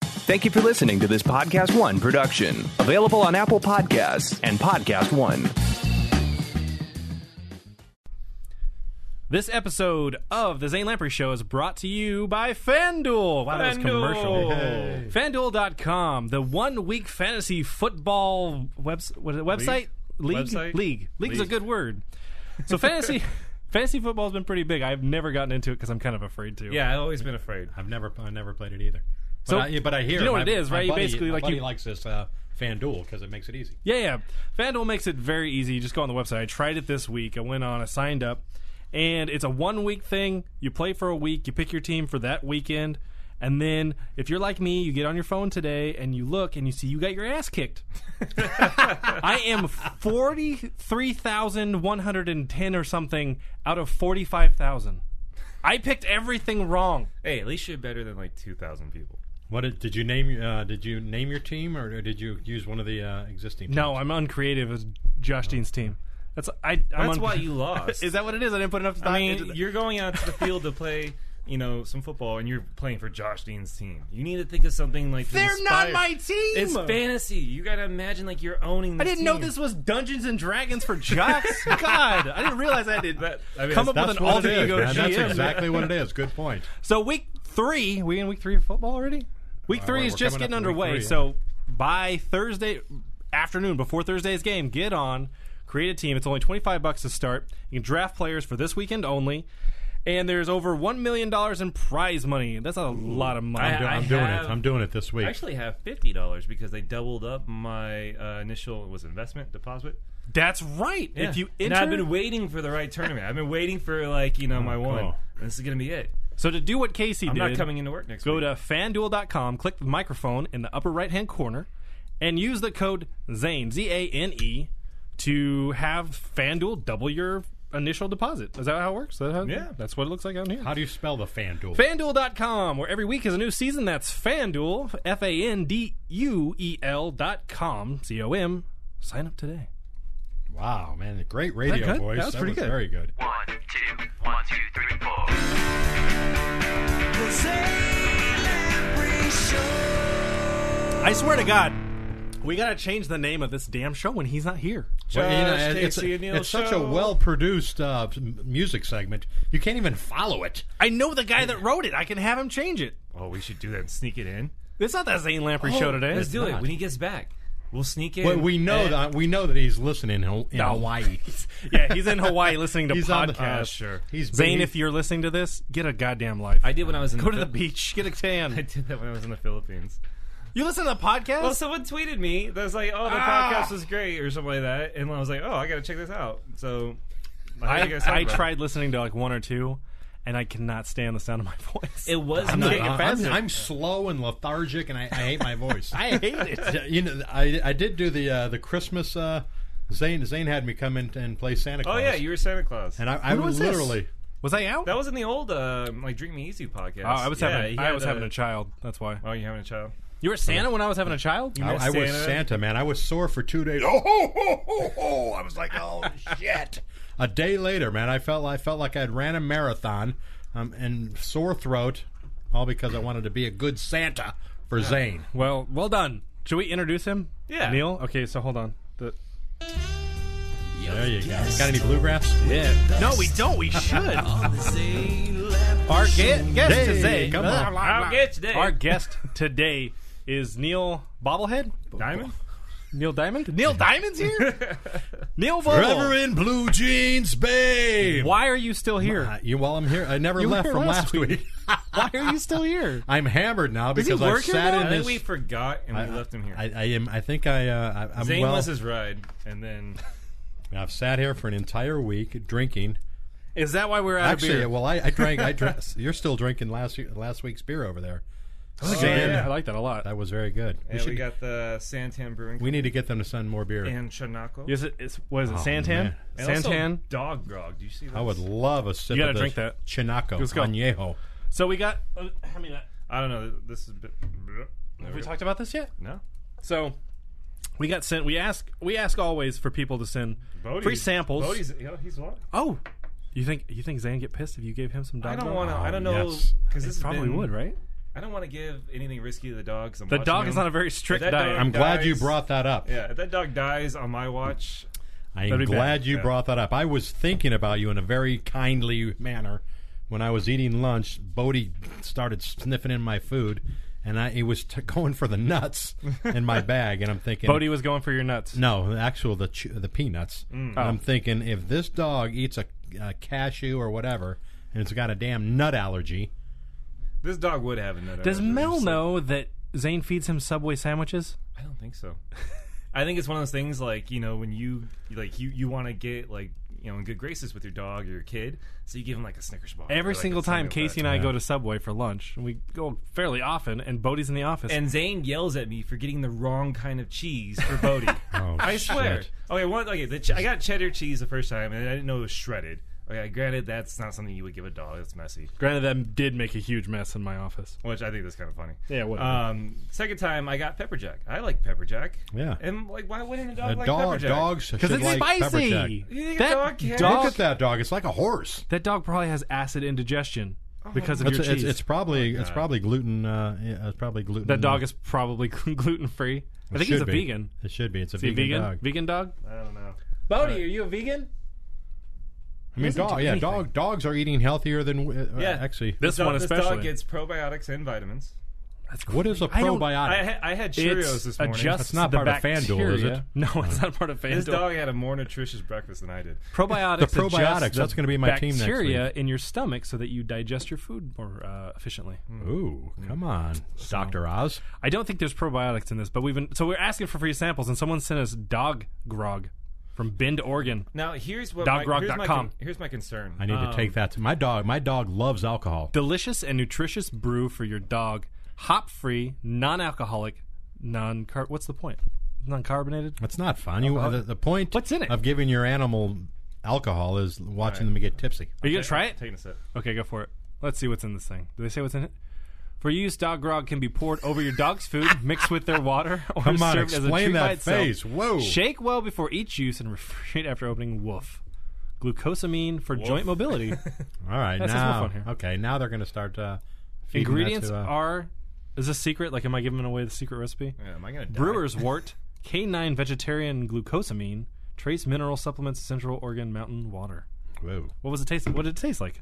Thank you for listening to this Podcast One production, available on Apple Podcasts and Podcast One. This episode of The Zane Lamprey Show is brought to you by FanDuel. Wow, that was commercial. FanDuel.com, the one week fantasy football webs- what is it, website? League? Website? League. League's a League. good word. So, fantasy. Fantasy football's been pretty big. I've never gotten into it because I'm kind of afraid to. Yeah, I've always been afraid. I've never I never played it either. But So, I, yeah, but I hear you know my- what it is, my right? You buddy- basically, my like, buddy you- likes this uh, FanDuel because it makes it easy. Yeah, yeah. FanDuel makes it very easy. You just go on the website. I tried it this week. I went on, I signed up, and it's a one week thing. You play for a week, you pick your team for that weekend, and then if you're like me, you get on your phone today and you look and you see you got your ass kicked. I am 43,110 or something out of 45,000. I picked everything wrong. Hey, at least you're better than like 2,000 people. What did, did you name? Uh, did you name your team or did you use one of the uh, existing? Teams? No, I'm uncreative as Josh Dean's team. That's I. I'm That's un- why you lost. Is that what it is? I didn't put enough thought I into mean, the- you're going out to the field to play, you know, some football, and you're playing for Josh Dean's team. You need to think of something like to They're not inspire- my team! It's fantasy. You got to imagine like you're owning. I This didn't know team. this was Dungeons and Dragons for jocks. God, I didn't realize I did That- I mean, come up that's with an That's what alter it is, ego man. That's GM. exactly what it is. Good point. So week three, we in week three of football already. Week Uh, 3 we're- is we're just coming getting up to week underway. three, yeah. So by Thursday afternoon, before Thursday's game, get on, create a team. It's only twenty five bucks to start. You can draft players for this weekend only. And there's over one million dollars in prize money. That's a lot of money. I- I'm, do- I'm I doing have- it. I'm doing it this week. I actually have fifty dollars because they doubled up my uh, initial was investment deposit. That's right. If you and enter, Oh, I've been waiting for the right tournament. I've been waiting for like you know my one. cool. This is gonna be it. so to do what Casey I'm did, not coming into work next Go week. to fanduel.com, click the microphone in the upper right hand corner, and use the code ZANE, Z A N E, to have FanDuel double your initial deposit. Is that how it works? Is that how, Yeah. That's what it looks like out here. How do you spell the FanDuel? FanDuel.com, where every week is a new season. That's FanDuel, F A N D U E L.com, C O M. Sign up today. wow, man, great radio good? voice. That was pretty good. Very good. One, two, one, two, three, four. I swear to God, we got to change the name of this damn show when he's not here. Well, you know, and it's Casey and Neil it's such a Show. well-produced uh, m- music segment. You can't even follow it. I know the guy that wrote it. I can have him change it. Oh, we should do that. and Sneak it in. It's not that Zane Lamprey show today. Let's do it not. when he gets back. We'll sneak in. But we know and- that we know that he's listening in, Ho- in No. Hawaii. yeah, he's in Hawaii listening to He's on the- podcasts. Oh, sure. He's Zane, busy. if you're listening to this, get a goddamn life. I did when I was in Go to the Phil- beach, get a Uh, I tan. did that when I was in the Philippines. You listen to the podcast? Well, someone tweeted me that was like, "Oh, the Ah! podcast was great" or something like that, and I was like, "Oh, I gotta check this out." So heard you I, guys talk I about it. tried listening to like one or two, and I cannot stand the sound of my voice. It was I'm, not. not- I'm- faster. I'm slow and lethargic, and I, I hate my voice. I hate it. Yeah, you know, I, I did do the uh, the Christmas. Uh, Zane Zane had me come in and play Santa Claus. oh yeah, you were Santa Claus. and I, I When was this? literally Was I out? that was in the old uh, like Dream Me Easy podcast. Oh, I was Yeah, having he I had, was uh, having a child. That's why. Oh, you're having a child. You were Santa when I was having a child. I, I was Santa. Santa man. I was sore for two days. Oh ho ho ho ho! I was like, oh shit. A day later, man, I felt I felt like I'd ran a marathon, um, and sore throat, all because I wanted to be a good Santa for Zane. Well, well done. Should we introduce him? Yeah. Neil. Okay, so hold on. The- There you go. Got any bluegrass? yeah. No, we don't. We should. Our ge- guest Hey, today. come on. I'll get you today. Our guest today is Neil Bobblehead. Diamond. Neil Diamond? Neil Diamond's here? Neil Forever Vogel. in blue jeans, babe. Why are you still Uh, here? you, well, I'm here. I never You were left here from last last week. Why are you still here? I'm hammered now he because I work here sat now? in I think this. we forgot and I, we left him here. I, I am. I think I. Uh, I I'm Zane well. was his ride, and then I've sat here for an entire week drinking. Is that why we're out Actually, of beer? well, I, I drank. I drank. You're still drinking last year- last week's beer over there. Zane, yeah. I like that a lot. That was very good. yeah, we, should- got the Santan Brewing we need to get them to send more beer. and Chanaco. Is it, it's, what is it, Santan? man. And also Oh, Santan? Dog grog. Do you see that? I would love a sip You gotta of this drink that. Chinaco Let's go. Añejo. So we got, uh, I mean, uh, I don't know. This is. A bit, have we talked about this yet? No. So we got sent, we ask, we ask always for people to send Bodhi's, free samples. Bodhi's, you know, he's what? Oh, you think, you think Zane get pissed if you gave him some dog I don't milk? want to. I don't know yes. because He this has Oh, probably been- would, right? I don't want to give anything risky to the dog. 'cause I'm The watching dog is him. on a very strict that diet. dog- I'm glad you Guys. brought that up. Yeah, if that dog dies on my watch, I'm That'd be glad bad. you Yeah. brought that up. I was thinking about you in a very kindly manner when I was eating lunch. Bodie started sniffing in my food, and I he was t- going for the nuts in my bag, and I'm thinking, Bodie was going for your nuts. no, the actual the chew- the peanuts. Mm. And Oh. I'm thinking if this dog eats a, a cashew or whatever, and it's got a damn nut allergy. this dog would have another. Does Mel know that Zane feeds him Subway sandwiches? I don't think so. I think it's one of those things like you know when you like you you want to get like you know in good graces with your dog or your kid, so you give him like a Snickers bar Every or, like, a single time something like Casey that. and I go to Subway for lunch, and we go fairly often, and Bodie's in the office. And Zane yells at me for getting the wrong kind of cheese for Bodie. Oh, I swear. shit. Okay, one. Okay, the ch- I got cheddar cheese the first time, and I didn't know it was shredded. Okay, granted that's not something you would give a dog. That's messy. Granted, that did make a huge mess in my office. which I think that's kind of funny. Yeah, whatever. Um, second time I got pepper jack. I like pepper jack. Yeah. and like why wouldn't a A dog like pepper dog, jack? dogs should Because it's like pepper jack. spicy. You think a That dog cares? dog, Look at that dog; it's like a horse. that dog probably has acid indigestion because of It's, your it's, cheese. Oh it's probably it's probably gluten. Uh, yeah, it's probably gluten. that dog is probably gluten free. I think he's Should a be. vegan. It should be. It's a Is he vegan, a vegan? dog. Vegan dog? I don't know. Bodie, are you a vegan? I mean, Doesn't dog. do Yeah, anything. dog. Dogs are eating healthier than we- uh, Yeah. actually. This dog, one especially. This dog gets probiotics and vitamins. what is a I don't- I probiotic? had, I had Cheerios it's this morning. adjusts That's not the part of FanDuel, is bacteria. it? No, it's not part of FanDuel. this dog had a more nutritious breakfast than I did. probiotics. The probiotics, adjust that's gonna be my team next Bacteria in your stomach so that you digest your food more uh, efficiently. Hmm. Ooh, come on, Doctor Oz. I don't think there's probiotics in this, but we've been so we're asking for free samples, and someone sent us dog grog from Bend, Oregon. Now here's what my, here's, my DogRock.com. con- here's my concern. I need Um, to take that. To, my dog. My dog loves alcohol. Delicious and nutritious brew for your dog, hop free, non alcoholic, non carb. What's the point? Non carbonated. That's not fun. You. The, the point. What's in it? Of giving your animal alcohol is watching them get tipsy. Are you gonna try it? Taking a sip. Okay, go for it. Let's see what's in this thing. Do they say what's in it? For use, dog grog can be poured over your dog's food, mixed with their water, or Come on, served as a explain treat that by itself. face. Whoa. Shake well before each use and refrigerate after opening. Woof. Glucosamine for joint mobility. All right, That's just more now. fun here. Okay, now they're going to start. Uh, feeding that Ingredients to, uh, are. Is this secret? Like, am I giving away the secret recipe? Yeah, am I gonna die? Brewer's wort, canine vegetarian glucosamine, trace mineral supplements, Central Oregon mountain water. Whoa. What was it taste? What did it taste like?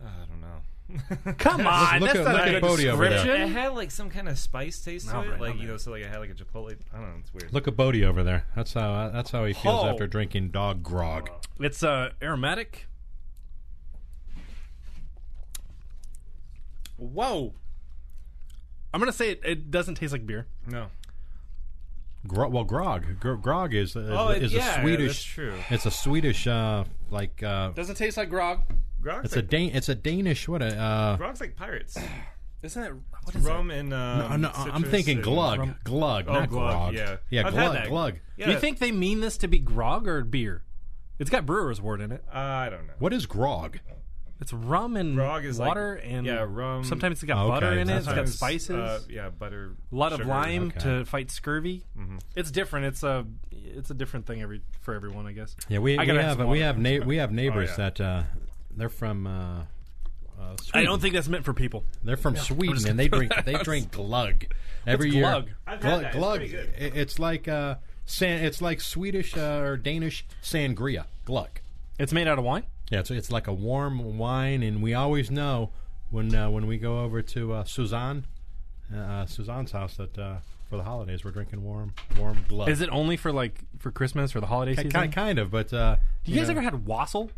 Uh, I don't know. Come on, look that's at- not look a at good Bodhi over there. description. It had like some kind of spice taste to No, it, right, like no, you know, so like I had like a chipotle. I don't know, it's weird. Look at Bodie over there. That's how. uh, that's how he feels Oh. after drinking dog grog. It's uh, aromatic. Whoa. I'm gonna say it, it doesn't taste like beer. no, Gro- well, grog. Gro- grog is is, Oh, is yeah, a yeah, Swedish. that's true. It's a Swedish. Uh, like uh, Doesn't taste like grog. Grog's it's a like, Dan. It's a Danish. What a. Uh, Grog's like pirates. Isn't it? What is Rum and um, Oh, no, I'm citrus thinking and- glug, glug, Oh, not glug, grog. yeah. yeah, I've had glug, that. glug. it? Do you think they mean this to be grog or beer? It's got brewer's wort in it. Uh, I don't know. What is grog? It's rum and Grog is like- water and yeah, rum. Sometimes it's got Okay, butter in it. It's got sometimes, spices. Uh, yeah, butter. a lot of sugar. lime okay. Mm-hmm. to fight scurvy. It's different. It's a it's a different thing every for everyone, I guess. Yeah, we, I we gotta have have some we water. have na- we have neighbors Oh, yeah. that uh, they're from uh, uh, Sweden. I don't think that's meant for people. they're from Sweden and they drink they drink glug every year. glug? I've had glug, that. It's glug. pretty good. i- It's like uh, san- It's like Swedish uh, or Danish sangria. Glug. It's made out of wine. Yeah, it's it's like a warm wine, and we always know when uh, when we go over to uh, Suzanne uh, Suzanne's house that uh, for the holidays we're drinking warm warm glug. Is it only for like for Christmas or the holiday Ki- season? Kind, kind of, but uh, you guys know- ever had wassail?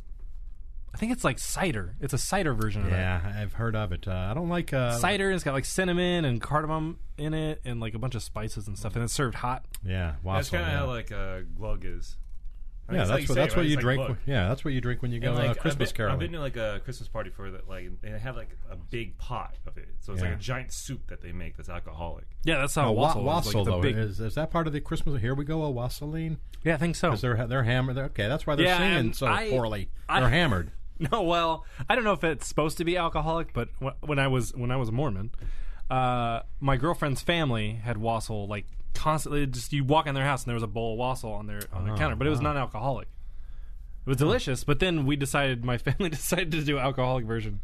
I think it's like cider. It's a cider version of that. Yeah, I've heard of it. Uh, I don't like uh, Cider and it's got like cinnamon and cardamom in it and like a bunch of spices and stuff and it's served hot. Yeah, That's wassail, kind of yeah. how like uh, glug is. yeah, it's that's like you what say, that's right? what you It's like drink. glug. when- yeah, that's what you drink when you go And, uh, like, Christmas I've been, I've caroling. been to like a Christmas party for that, like, and they have like a big pot of it, so it's Yeah. like a giant soup that they make that's alcoholic. Yeah, that's how Oh, wa- wassail, wassail, is. Like the though big- is, is that part of the Christmas? Here we go, a wassailing. yeah, I think so. Because they're they're hammered. They're, okay, that's why they're Yeah, singing and so I- poorly. I- they're hammered. No, well, I don't know if it's supposed to be alcoholic, but wh- when I was when I was a Mormon, uh, my girlfriend's family had wassail like constantly. Just you walk in their house and there was a bowl of wassail on their on Ah, their counter, but it was non-alcoholic. It was delicious, but then we decided my family decided to do alcoholic version,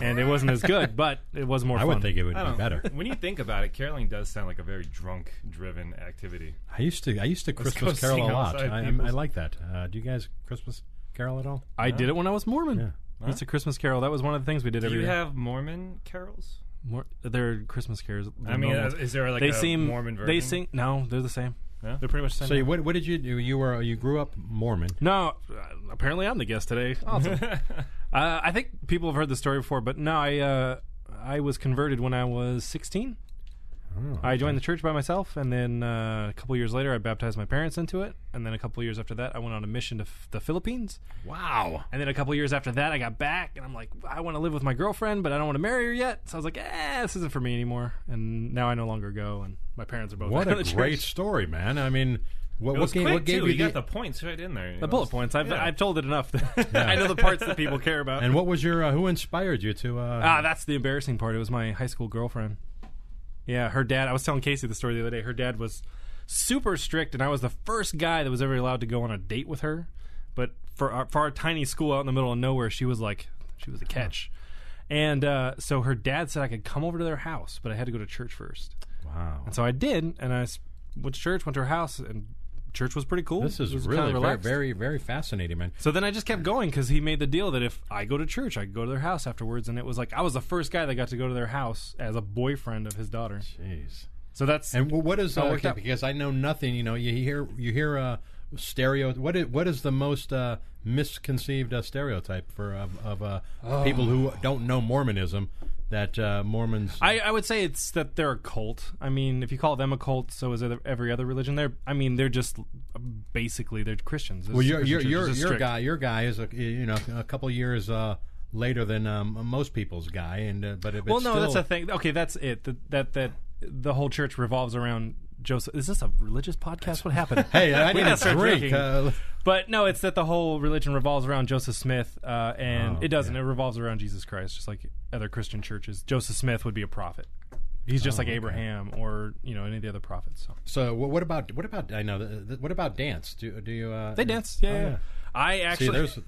and it wasn't as good, but it was more I fun. would think it would I be don't better. When you think about it, caroling does sound like a very drunk-driven activity. I used to I used to Let's Christmas go carol sing a lot. outside I, I'm- I people's- like that. Uh, do you guys Christmas carol at all? I did it when I was Mormon. Yeah. It's a Christmas carol. That was one of the things we did Do every you year. have Mormon carols? More, they're Christmas carols. They're I mean, normal. is there like they a seem Mormon version? They sing. No, they're the same. No? They're pretty much the same. So you, what what did you do? You were you grew up Mormon. No, uh, apparently I'm the guest today. Awesome. uh, I think people have heard the story before, but no, I uh, I was converted when I was 16. Oh, I joined the church by myself, and then uh, a couple years later, I baptized my parents into it. And then a couple years after that, I went on a mission to f- the Philippines. Wow. And then a couple years after that, I got back, and I'm like, I want to live with my girlfriend, but I don't want to marry her yet. So I was like, eh, this isn't for me anymore. And now I no longer go, and my parents are both What out of a the great church. story, man. I mean, what, It what, was gave, quick what gave too. you You got the points right in there. The bullet points. I've, Yeah. I've told it enough. I know the parts that people care about. and what was your uh, who inspired you to? Uh, Ah, that's the embarrassing part. It was my high school girlfriend. Yeah, her dad. I was telling Casey the story the other day. Her dad was super strict, and I was the first guy that was ever allowed to go on a date with her. But for our, for our tiny school out in the middle of nowhere, she was like she was a catch. And uh, so her dad said I could come over to their house, but I had to go to church first. wow, And so I did, and I s- went to church, went to her house, and church was pretty cool. this It was is kinda really very, relaxed. very very fascinating, man. So then I just kept going because he made the deal that if I go to church, I could go to their house afterwards. And it was like I was the first guy that got to go to their house as a boyfriend of his daughter. Jeez. So that's And wh- what is How it uh, worked okay, out. because I know nothing. You know, you hear you hear uh, stereo. What is, what is the most uh, misconceived uh, stereotype for of, of uh, Oh. people who don't know Mormonism that uh, Mormons? I, I would say it's that they're a cult. I mean, if you call them a cult, so is other- every other religion. They're I mean, they're just basically they're Christians. well, your your Christian churches your, are your strict. guy your guy is a, you know a couple years uh, later than um, most people's guy, and uh, but if Well, it's no, that's still- the thing. Okay, that's it. That, that that the whole church revolves around Joseph. Is this a religious podcast? What happened? Hey, I We need gotta a start drink. drinking. Uh, But no, it's that the whole religion revolves around Joseph Smith, uh, and Oh, it doesn't. yeah. It revolves around Jesus Christ, just like other Christian churches. Joseph Smith would be a prophet. He's Oh, just like Abraham or you know any of the other prophets. So so wh- what about what about I know th- th- what about dance? Do do you uh, they dance. Yeah, Oh, yeah. yeah. I See, actually. there's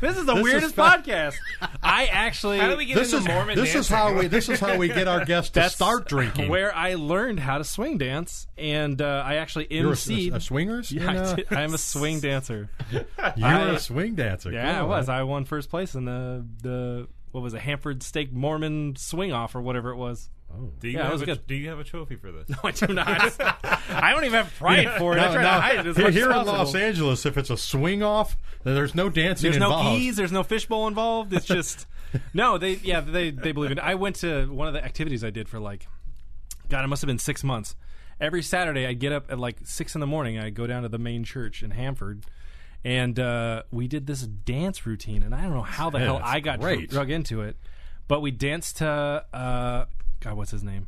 this is the weirdest fa- podcast. I actually. How do we get this is into Mormon this is dancing? how we this is how we get our guests to That's start drinking. Where I learned how to swing dance, and uh, I actually You're a- emceed. a, a swingers? Yeah, You know? I did. I'm a swing dancer. You I- were a swing dancer. Yeah, I Cool. was. I won first place in the the what was it, Hanford Steak Mormon swing off or whatever it was. Do you Yeah, it have was a, good. Do you have a trophy for this? I do not. I don't even have pride for it. I No, try no. to hide it as here much here as in Los possible. Angeles, if it's a swing off, then there's no dancing There's involved. no E. keys. There's no fishbowl involved. It's just no. They yeah they they believe in. it. I went to one of the activities I did for like, God, it must have been six months. Every Saturday, I get up at like six in the morning. I go down to the main church in Hamford, and uh, we did this dance routine. And I don't know how the Yeah, hell that's I got great. drug into it, but we danced to uh, God, what's his name?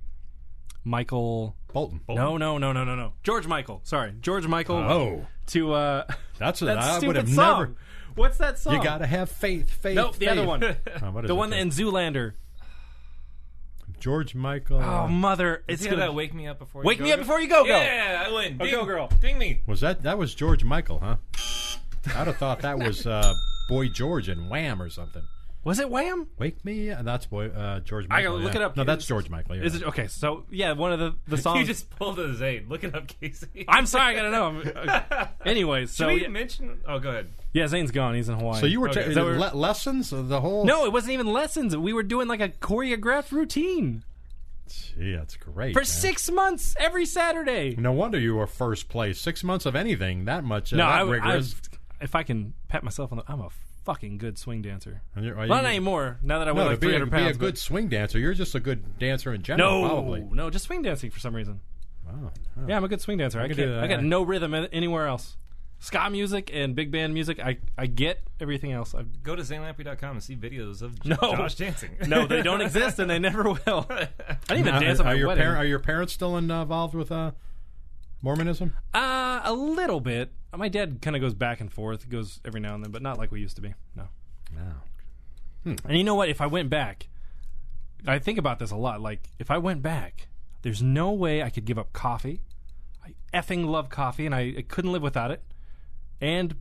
Michael. Bolton. No, no, no, no, no, no. George Michael. Sorry, George Michael. Oh, to uh, that's what that I would stupid have song. never. What's that song? You gotta have faith. Faith. Oh. Nope, the faith. other one. Oh, what is the it? one that in Zoolander. Oh, George Michael. Oh mother, it's See how gonna that wake me up before. Wake you me go, up before you go, go. Yeah, I win. Ding, go, girl. Ding me. was that that was George Michael? Huh? I'd have thought that was uh, Boy George and Wham or something. Was it Wham? Wake me. That's boy uh, George I Michael. gotta look yeah. it up. No, that's George Michael. Is it okay? So yeah, one of the the songs. You just pulled his aid. Look it up, Casey. I'm sorry, I gotta know. I'm- Anyways, so Should we yeah, mention? Oh, go ahead. yeah, Zane's gone. He's in Hawaii. So you were Okay, taking so we're- le- lessons of the whole. no, it wasn't even lessons. We were doing like a choreographed routine Gee, that's great. for man. six months every Saturday. No wonder you were first place. Six months of anything that much. Uh, No, that I, w- I rigorous. if I can pat myself on the, I'm a fucking good swing dancer. And you're- are Well, you- not anymore. Now that I weigh No, like to be, a, 300 be pounds. a good swing dancer. You're just a good dancer in but- general. no, probably. no, just swing dancing for some reason. Wow. Yeah, I'm a good swing dancer. I, can can't- do that. I got no rhythm an- anywhere else. Ska music and big band music, I, I get everything else. I, Go to zanelampy.com and see videos of J- No. Josh dancing. no, they don't exist and they never will. I didn't even Now, dance are, at my your wedding. par- are your parents still in, uh, involved with uh, Mormonism? uh, a little bit. Uh, My dad kind of goes back and forth, goes every now and then, but not like we used to be. No. No. Hmm. And you know what? If I went back, I think about this a lot. Like, if I went back, there's no way I could give up coffee. I effing love coffee, and I, I couldn't live without it. And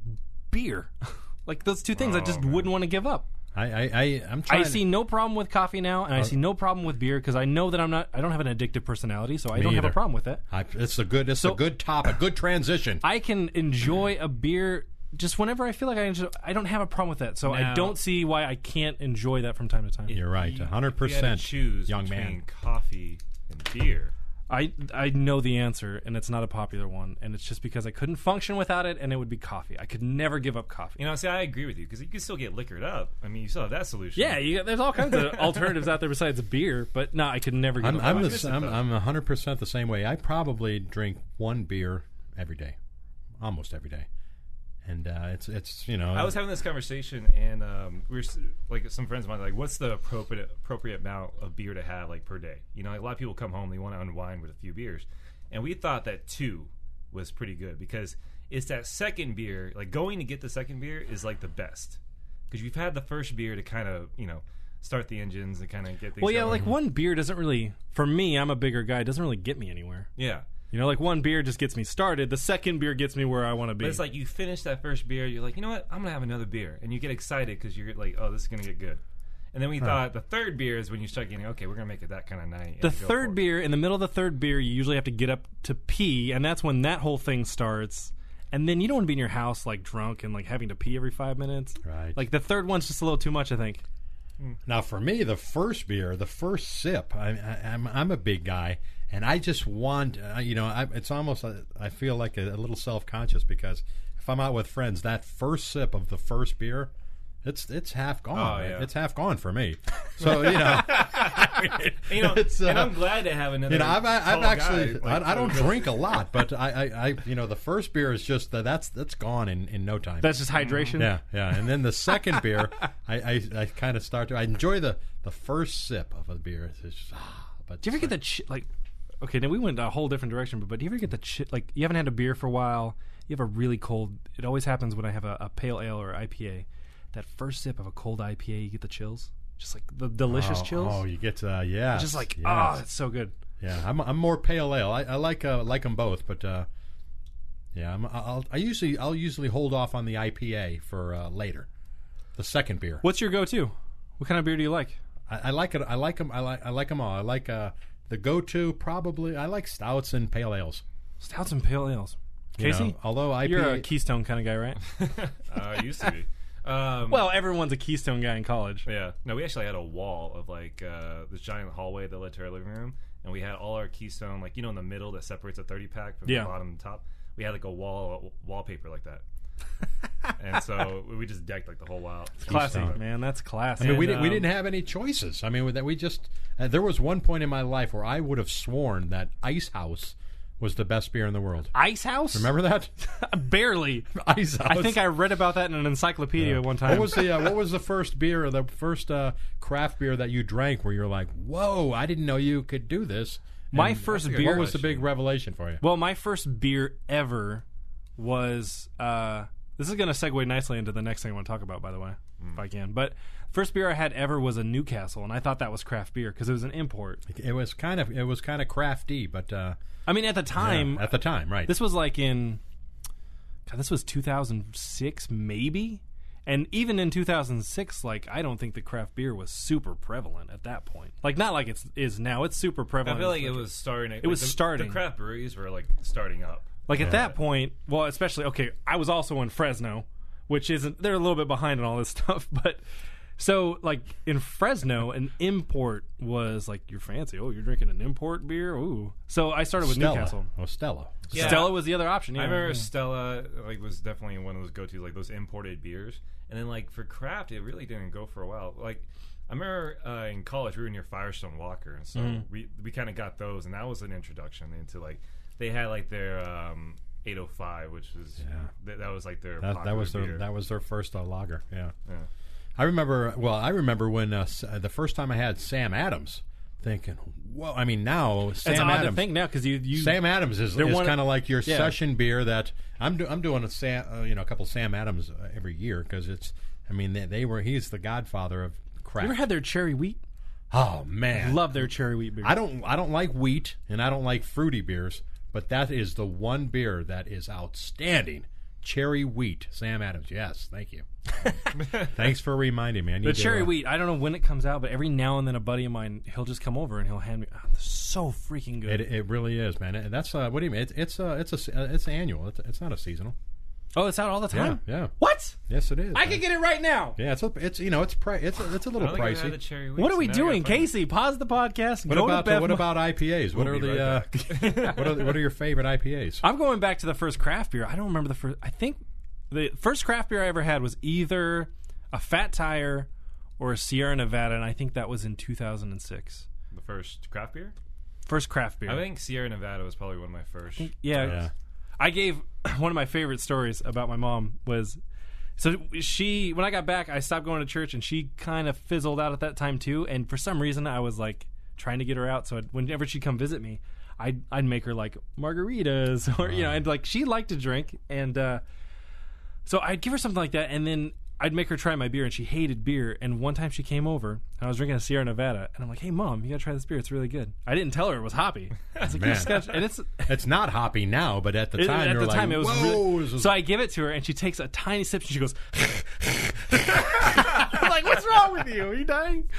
beer. like, those two things I Oh, just man. wouldn't want to give up. I, I, I I'm I trying. see no problem with coffee now, and Uh, I see no problem with beer because I know that I'm not. I don't have an addictive personality, so I don't have a either. problem with it. I, it's a good. It's So- a good topic. Good transition. I can enjoy a beer just whenever I feel like I. Enjoy, I don't have a problem with that, so I Now- don't see why I can't enjoy that from time to time. You're right. You- 100 if you had percent. to Choose young between man. coffee and beer. I I know the answer, and it's not a popular one, and it's just because I couldn't function without it, and it would be coffee. I could never give up coffee. You know, see, I agree with you because you can still get liquored up. I mean, you still have that solution. yeah, you, there's all kinds of alternatives out there besides beer, but no, I could never give I'm up. I'm, coffee. the, s- I'm I'm 100 percent the same way. I probably drink one beer every day, almost every day, and uh, it's it's you know I was having this conversation, and um, we were s- like some friends of mine like, "What's the appropriate appropriate amount of beer to have like per day?" You know, like, a lot of people come home they want to unwind with a few beers, and we thought that two was pretty good because it's that second beer, like going to get the second beer is like the best because you've had the first beer to kind of you know start the engines and kind of get things. well, yeah, going. like one beer doesn't really. For me, I'm a bigger guy. It doesn't really get me anywhere. yeah. You know, like one beer just gets me started. The second beer gets me where I want to be. But it's like you finish that first beer, you're like, you know what? I'm gonna have another beer, and you get excited because you're like, oh, this is gonna get good. And then we thought the third beer is when you start getting, okay, we're gonna make it that kind of night. and the go for third it. beer, in the middle of the third beer, you usually have to get up to pee, and that's when that whole thing starts. And then you don't want to be in your house like drunk and like having to pee every five minutes. Right. Like the third one's just a little too much, I think. Now, for me, the first beer, the first sip, I, I, I'm I'm a big guy, and I just want, uh, you know, I, it's almost uh, I feel like a, a little self conscious because if I'm out with friends, that first sip of the first beer, it's it's half gone. Oh, yeah. It's half gone for me. So you know, You know, It's, and uh, I'm glad to have another. you know, I've, I- I've tall actually guy, like, I, I don't to- drink a lot, but I, I, I you know the first beer is just that that's that's gone in in no time. That's just hydration. Yeah, yeah. And then the second beer, I, I, I kind of start to. I enjoy the, the first sip of a beer. It's just, ah, but Do you ever get the chi- like? Okay, now we went a whole different direction, but, but do you ever get the chi- like? You haven't had a beer for a while. You have a really cold. It always happens when I have a, a pale ale or IPA. That first sip of a cold IPA, you get the chills. Just like the delicious oh, chills. Oh, you get uh, yeah. just like yes. ah, it's so good. yeah. I'm I'm more pale ale. I, I like uh, like them both, but uh, yeah. I'm, I'll I usually I'll usually hold off on the IPA for uh, later. The second beer. What's your go-to? What kind of beer do you like? I, I like it. I like them. I like I like them all. I like uh, the go to probably. I like stouts and pale ales. Stouts and pale ales. you Casey, know. although IPA, you're a Keystone kind of guy, right? Uh, used to be. Um, well, everyone's a Keystone guy in college. yeah. No, we actually had a wall of like uh, this giant hallway that led to our living room, and we had all our Keystone, like you know, in the middle that separates a 30 pack from Yeah. the bottom and top. We had like a wall wallpaper like that, and so we just decked like the whole wall. Classic, Keystone. man. That's classic. I mean, we, And, didn't, we um, didn't have any choices. I mean, that we just uh, there was one point in my life where I would have sworn that Ice House was the best beer in the world. Ice House? Remember that Barely. Ice House? I think I read about that in an encyclopedia one time. What was the uh, What was the first beer, the first uh, craft beer that you drank where you're like, "Whoa, I didn't know you could do this." My And first what beer What was the big revelation for you? Well, my first beer ever was. Uh, this is going to segue nicely into the next thing I want to talk about, by the way, if I can. But first beer I had ever was a Newcastle, and I thought that was craft beer because it was an import. It was kind of it was kind of crafty, but uh, I mean, at the time, yeah, at the time, right? this was like in. God, this was 2006, maybe? And even in 2006, like, I don't think the craft beer was super prevalent at that point. Like, not like it is now. It's super I prevalent. feel like It's it was starting. It was the, starting. The craft breweries were like starting up. Like at that point, well, especially okay, I was also in Fresno, which isn't they're a little bit behind on all this stuff, but so like in Fresno, an import was like you're fancy. Oh, you're drinking an import beer. Ooh, so I started with Stella. Newcastle. Oh, Stella. Yeah. Stella was the other option. Yeah. I remember Stella like was definitely one of those go-to like those imported beers, and then like for craft, it really didn't go for a while. Like I remember uh, in college we were near Firestone Walker, and so Mm-hmm. we we kind of got those, and that was an introduction into like they had like their um, 805, which was th- that was like their That, that popular was their beer. that was their first uh, lager. Yeah. Yeah. I remember. Well, I remember when uh, S- uh, the first time I had Sam Adams, thinking, "Whoa!" I mean, now Sam it's odd Adams. to think now because you you Sam Adams is, They're is one- kind of like your yeah. session beer that I'm do, I'm doing a Sam, uh, you know a couple Sam Adams uh, every year because it's I mean they, they were he's the godfather of you craft. ever had their cherry wheat. oh man, Love their cherry wheat beer. I don't I don't like wheat and I don't like fruity beers, but that is the one beer that is outstanding. cherry wheat. Sam Adams. Yes, thank you. Thanks for reminding me. I need The to, cherry uh, wheat. I don't know when it comes out, but every now and then a buddy of mine, he'll just come over and he'll hand me. Oh, they're so freaking good. It, it really is, man. And That's uh, what do you mean? It, it's uh, it's a se- uh, it's annual. It's, it's not a seasonal. oh, it's out all the time. yeah. What? Yes, it is. I man. could get it right now. Yeah, it's a, it's you know it's pri- it's a, it's a little I don't think I've had pricey. the cherry What are we wheats, and now I doing, gotta find- Casey? Pause the podcast. what go about to Beth what Mo- about IPAs? What We'll are be the uh, what are the- what are your favorite IPAs? I'm going back to the first craft beer. I don't remember the first. I think the first craft beer I ever had was either a Fat Tire or a Sierra Nevada, and I think that was in 2006. The first craft beer? First craft beer. I think Sierra Nevada was probably one of my first. yeah. Yeah. I gave one of my favorite stories about my mom was so she when I got back I stopped going to church and she kind of fizzled out at that time too and for some reason I was like trying to get her out so I'd, whenever she'd come visit me I'd I'd make her like margaritas or you Uh-huh. know and like she liked to drink and uh so I'd give her something like that, and then I'd make her try my beer, and she hated beer. And one time she came over, and I was drinking a Sierra Nevada, and I'm like, "Hey, mom, you gotta try this beer. It's really good." I didn't tell her it was hoppy. I was like, "You Man. just gotta-" and it's It's not hoppy now, but at the it- time at you're the like, time it was. whoa, really- this is- so I give it to her, and she takes a tiny sip, and she goes, "I'm like, what's wrong with you? Are you dying?"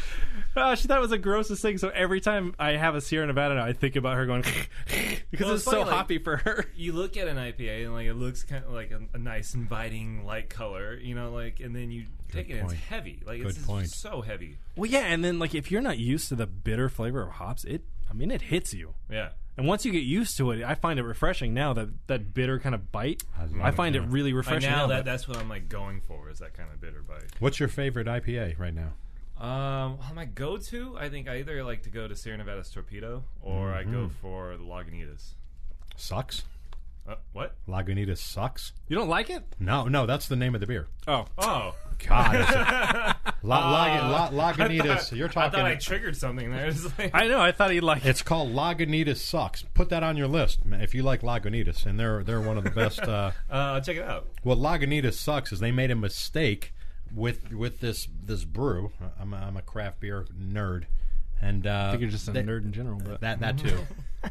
Uh, she thought it was the grossest thing. So every time I have a Sierra Nevada, now, I think about her going because Well, it's it's so funny, like- hoppy for her. You look at an IPA and like it looks kind of like a, a nice, inviting, light color, you know, like, and then you take it and point. it's heavy. Like Good it's just point. so heavy. Well, yeah, and then like if you're not used to the bitter flavor of hops, it I mean it hits you. Yeah. And once you get used to it, I find it refreshing now that that bitter kind of bite. love I, find it, it yeah. really Like refreshing now. now that that's what I'm like going for is that kind of bitter bite. What's your favorite IPA right now? Um, well, my go-to, I think I either like to go to Sierra Nevada's Torpedo or I go for the Lagunitas. Sucks. Uh, what? Lagunitas sucks. you don't like it? No, no, that's the name of the beer. Oh, Oh, God, it's a, La, Laga- La- Lagunitas. you're Uh, I talking. thought I triggered something there. It's like, I know. I thought he'd like it. it's called Lagunitas sucks. Put that on your list man, if you like Lagunitas, and they're they're one of the best. Uh, uh, check it out. what Lagunitas sucks is they made a mistake with with this this brew. I'm a, I'm a craft beer nerd, and uh, I think you're just a they- nerd in general, but That that too,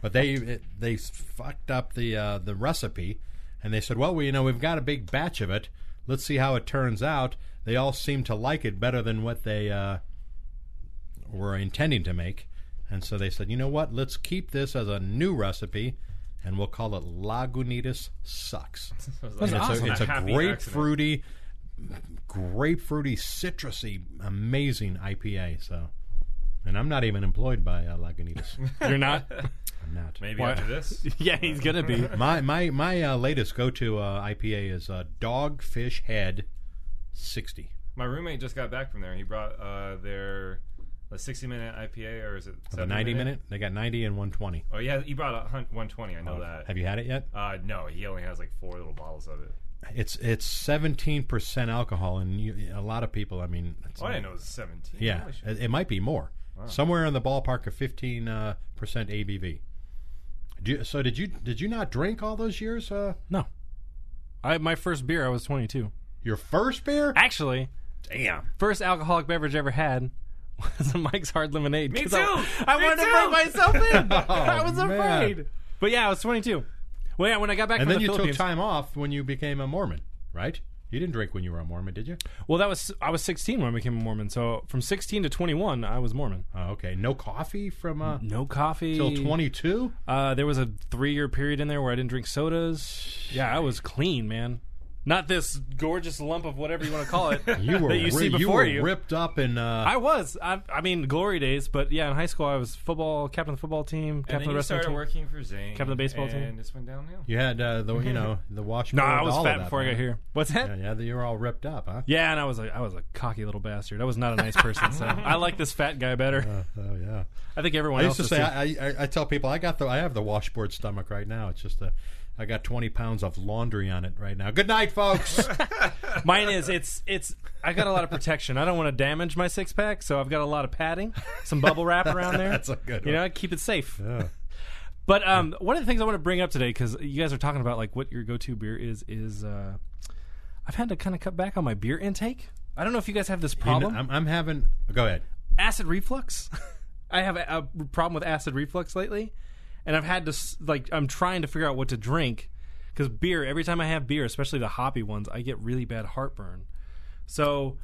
but they it, they fucked up the uh, the recipe, and they said, well, we you know we've got a big batch of it. Let's see how it turns out. They all seem to like it better than what they uh, were intending to make, and so they said, you know what? Let's keep this as a new recipe, and we'll call it Lagunitas Sucks. I And was like, it's awesome. a, it's a happy accident. grapefruity, grapefruity, citrusy, amazing IPA. So, and I'm not even employed by uh, Lagunitas. you're not. I'm not. Maybe Why- after this. yeah, he's gonna be. My my my uh, latest go to uh, IPA is uh, Dogfish Head, sixty. My roommate just got back from there. He brought uh, their the 60 minute IPA or is it The 70 ninety minute. They got ninety and one twenty. Oh yeah, he brought a hun- 120. I know that. Have you had it yet? Uh, no, he only has like four little bottles of it. It's it's seventeen percent alcohol, and you, a lot of people. I mean, it's, Oh, I didn't know it was 17. Yeah, Holy shit. it, it might be more. Somewhere in the ballpark of fifteen uh, percent ABV. Do you, so did you did you not drink all those years? Uh, No, I my first beer I was 22. your first beer? Actually, Damn. first alcoholic beverage I ever had was a Mike's Hard Lemonade. Me 'cause I- too! I, Me wanted too! to break myself in. I was Oh, man. afraid. But yeah, I was 22. Well, yeah, when I got back And from then the you took Philippines, time off when you became a Mormon, right? You didn't drink when you were a Mormon, did you? well, that was I was 16 when I became a Mormon. So from 16 to 21, I was Mormon. Oh, okay. No coffee from uh, No coffee till 22. Uh, there was a three-year period in there where I didn't drink sodas. Yeah, I was clean, man. Not this gorgeous lump of whatever you want to call it. You were that you ri- see you before were you. ripped up and uh, I was. I, I mean, glory days. But yeah, in high school, I was football captain of the football team, captain And then of the you wrestling started team. working for Zane. Captain of the baseball team. And this went downhill. you had uh, the you know the wash. No, I was all of fat that, before I man. got here. What's that? Yeah, Yeah, yeah, you were all ripped up, huh? and I was a I was a cocky little bastard. I was not a nice person. so I like this fat guy better. Uh, oh yeah. I think everyone I used else to is say too. I, I I tell people I got the I have the washboard stomach right now. It's just a I got 20 pounds of laundry on it right now. Good night, folks. Mine is it's it's I got a lot of protection. I don't want to damage my six pack, so I've got a lot of padding, some bubble wrap around there. That's a good You one. know, keep it safe. Yeah. But um, one of the things I want to bring up today because you guys are talking about like what your go-to beer is is uh, I've had to kind of cut back on my beer intake. I don't know if you guys have this You know, problem. I'm, I'm having. Go ahead. acid reflux. I have a, a problem with acid reflux lately, and I've had to s- like I'm trying to figure out what to drink Because beer, every time I have beer, especially the hoppy ones, I get really bad heartburn. So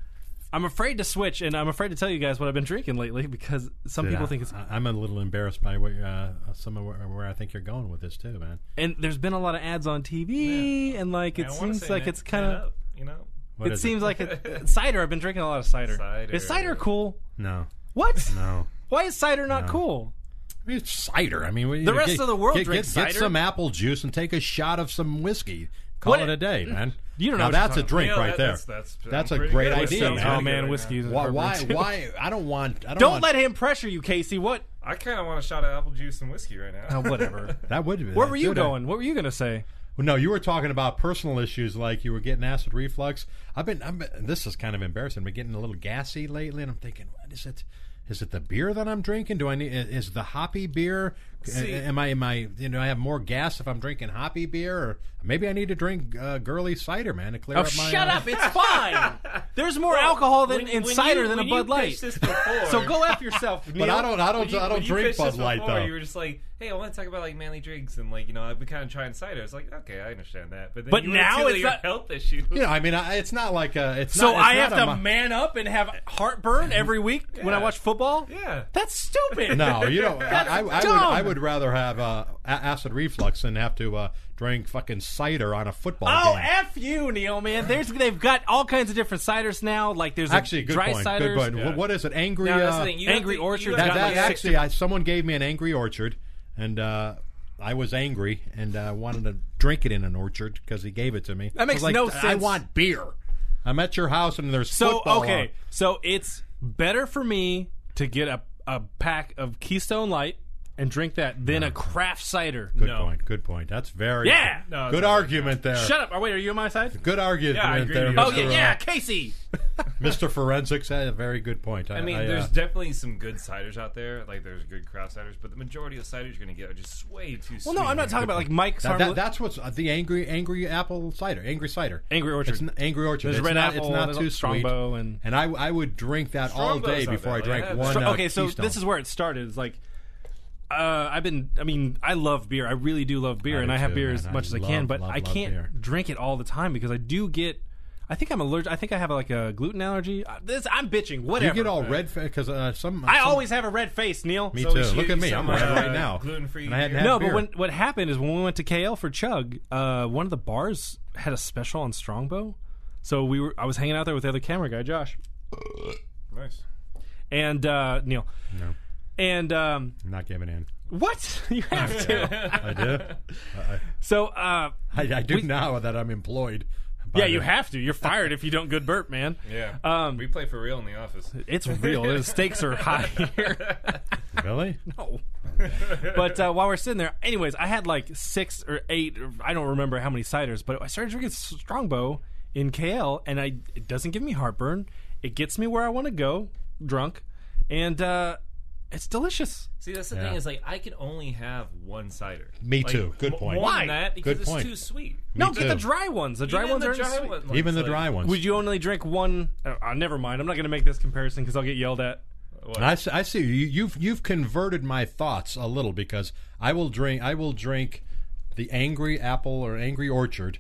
I'm afraid to switch, and I'm afraid to tell you guys what I've been drinking lately because some people Yeah, think it's. I- I'm a little embarrassed by what, uh, some of where, where I think you're going with this too, man. And there's been a lot of ads on TV, and like it I wanna seems say like man- it's kind man of. up, you know. What It is seems like it, cider. I've been drinking a lot of cider. Cider. Is cider cool? no, What? no. Why is cider not cool? I mean, it's cider. I mean, we- The rest of the world get, drinks get, cider. Get some apple juice and take a shot of some whiskey. Call What- it a day, man. You don't know now what you're that's a talking drink Yeah, right that- there. That's, that's, That's I'm a pretty great good at idea, that. man. Oh man, whiskey is why? a Why? heartburn, too. why I don't want. I don't, Don't want, let him pressure you, Casey. What? I kind of want a shot of apple juice and whiskey right now. Oh, whatever. That would. be- Where were you dude, I- going? What were you going to say? Well, no, you were talking about personal issues like you were getting acid reflux. I've been, I've been this is kind of embarrassing. I've been getting a little gassy lately, and I'm thinking, what is it? Is it the beer that I'm drinking? Do I need? Is the hoppy beer? uh, See- am I? Am I? You know, I have more gas if I'm drinking hoppy beer, or maybe I need to drink uh, girly cider, man, to clear Oh, up my. shut uh, up! It's fine. There's more alcohol than When- in when cider you- than a when you Bud Light. pitched this before- So go f yourself. Neil. But I don't. I when don't. you- I when don't you drink pitched Bud this Light before, though. You were just like, "Hey, I want to talk about like manly drinks and like you know I've been kind of trying cider." It's like, okay, I understand that, but then But you now went to it's your not- health issues. You know, I mean, I, it's not like a. It's So not, it's I have not to a, mo- man up and have heartburn every week when I watch football. Yeah. that's stupid. No, you don't. I, I, I would. dumb. I would rather have uh, a- acid reflux than have to uh, drink fucking cider on a football Oh, game. f you, Neil, man. There's they've got all kinds of different ciders now. Like there's a Actually, good dry point. ciders. Good point. Yeah. What- What is it? Angry. Now, that's uh, the thing. You have Angry to- you Orchard's have that to- got that like actually, I, someone gave me an Angry Orchard, and uh, I was angry and uh, wanted to drink it in an orchard because he gave it to me. That makes I was like, no I sense. want beer. I'm at your house and there's So football okay, on. so it's better for me to get a a pack of Keystone Light and drink that than a craft cider. Good No. point. Good point. That's very Yeah! No, it's good not right argument there. Shut up! Oh, wait, are you on my side? Good argument Yeah, I agree there, with you. Oh Mr. yeah, uh, yeah, Casey. Mr. Forensics. Had a very good point. I, I mean, I, uh, there's definitely some good ciders out there. Like, there's good craft ciders, but the majority of ciders you're gonna get are just way too. Well, no, I'm not talking about like Mike's That, harmless- that, that's what's uh, the angry, angry apple cider, angry cider, Angry Orchard. It's n- angry orchard. There's it's red not, apple, It's not there's too Strongbow sweet. and- and I, I would drink that Strongbow's all day not before I bad. drank Yeah, one. Stro- uh, okay, so Keystone. this is where it started. It's like uh, I've been. I mean, I love beer. I really do love beer, I and do I have too, beer man. as I much as I love, can. But love, I love can't beer. drink it all the time because I do get. I think I'm allergic. I think I have like a gluten allergy. Uh, This I'm bitching. Do Whatever. you get all red because uh, some. I some- always have a red face, Neil. Me So we too. should Look get at you me. some, I'm red uh, right now. gluten-free And I hadn't beer. had no, beer. but when what happened is when we went to KL for Chug, uh, one of the bars had a special on Strongbow. So we were. I was hanging out there with the other camera guy, Josh, Nice. and uh, Neil, No, and um, I'm not giving in. what you have to. I do. I, So. Uh, I, I do now that I'm employed. by Yeah, you the- have to. You're fired if you don't good burp, man. Yeah. Um, we play for real in the office. It's real. the stakes are high here. Really? No. but uh, while we're sitting there, anyways, I had like six or eight, or I don't remember how many ciders, but I started drinking Strongbow in KL, and I it doesn't give me heartburn. It gets me where I want to go, drunk, and uh, it's delicious. See, that's the Yeah. thing is like I can only have one cider. Me Like, too. Good m- point. More Why? than that because Good it's point. too sweet. no, Me get the too. dry ones. The dry Even ones the are dry sweet. one- like, Even the like- dry ones. Would you only drink one? Uh, uh, never mind. I'm not going to make this comparison because I'll get yelled at. And I, s- I see you, you've you've converted my thoughts a little because I will drink I will drink the Angry Apple or Angry Orchard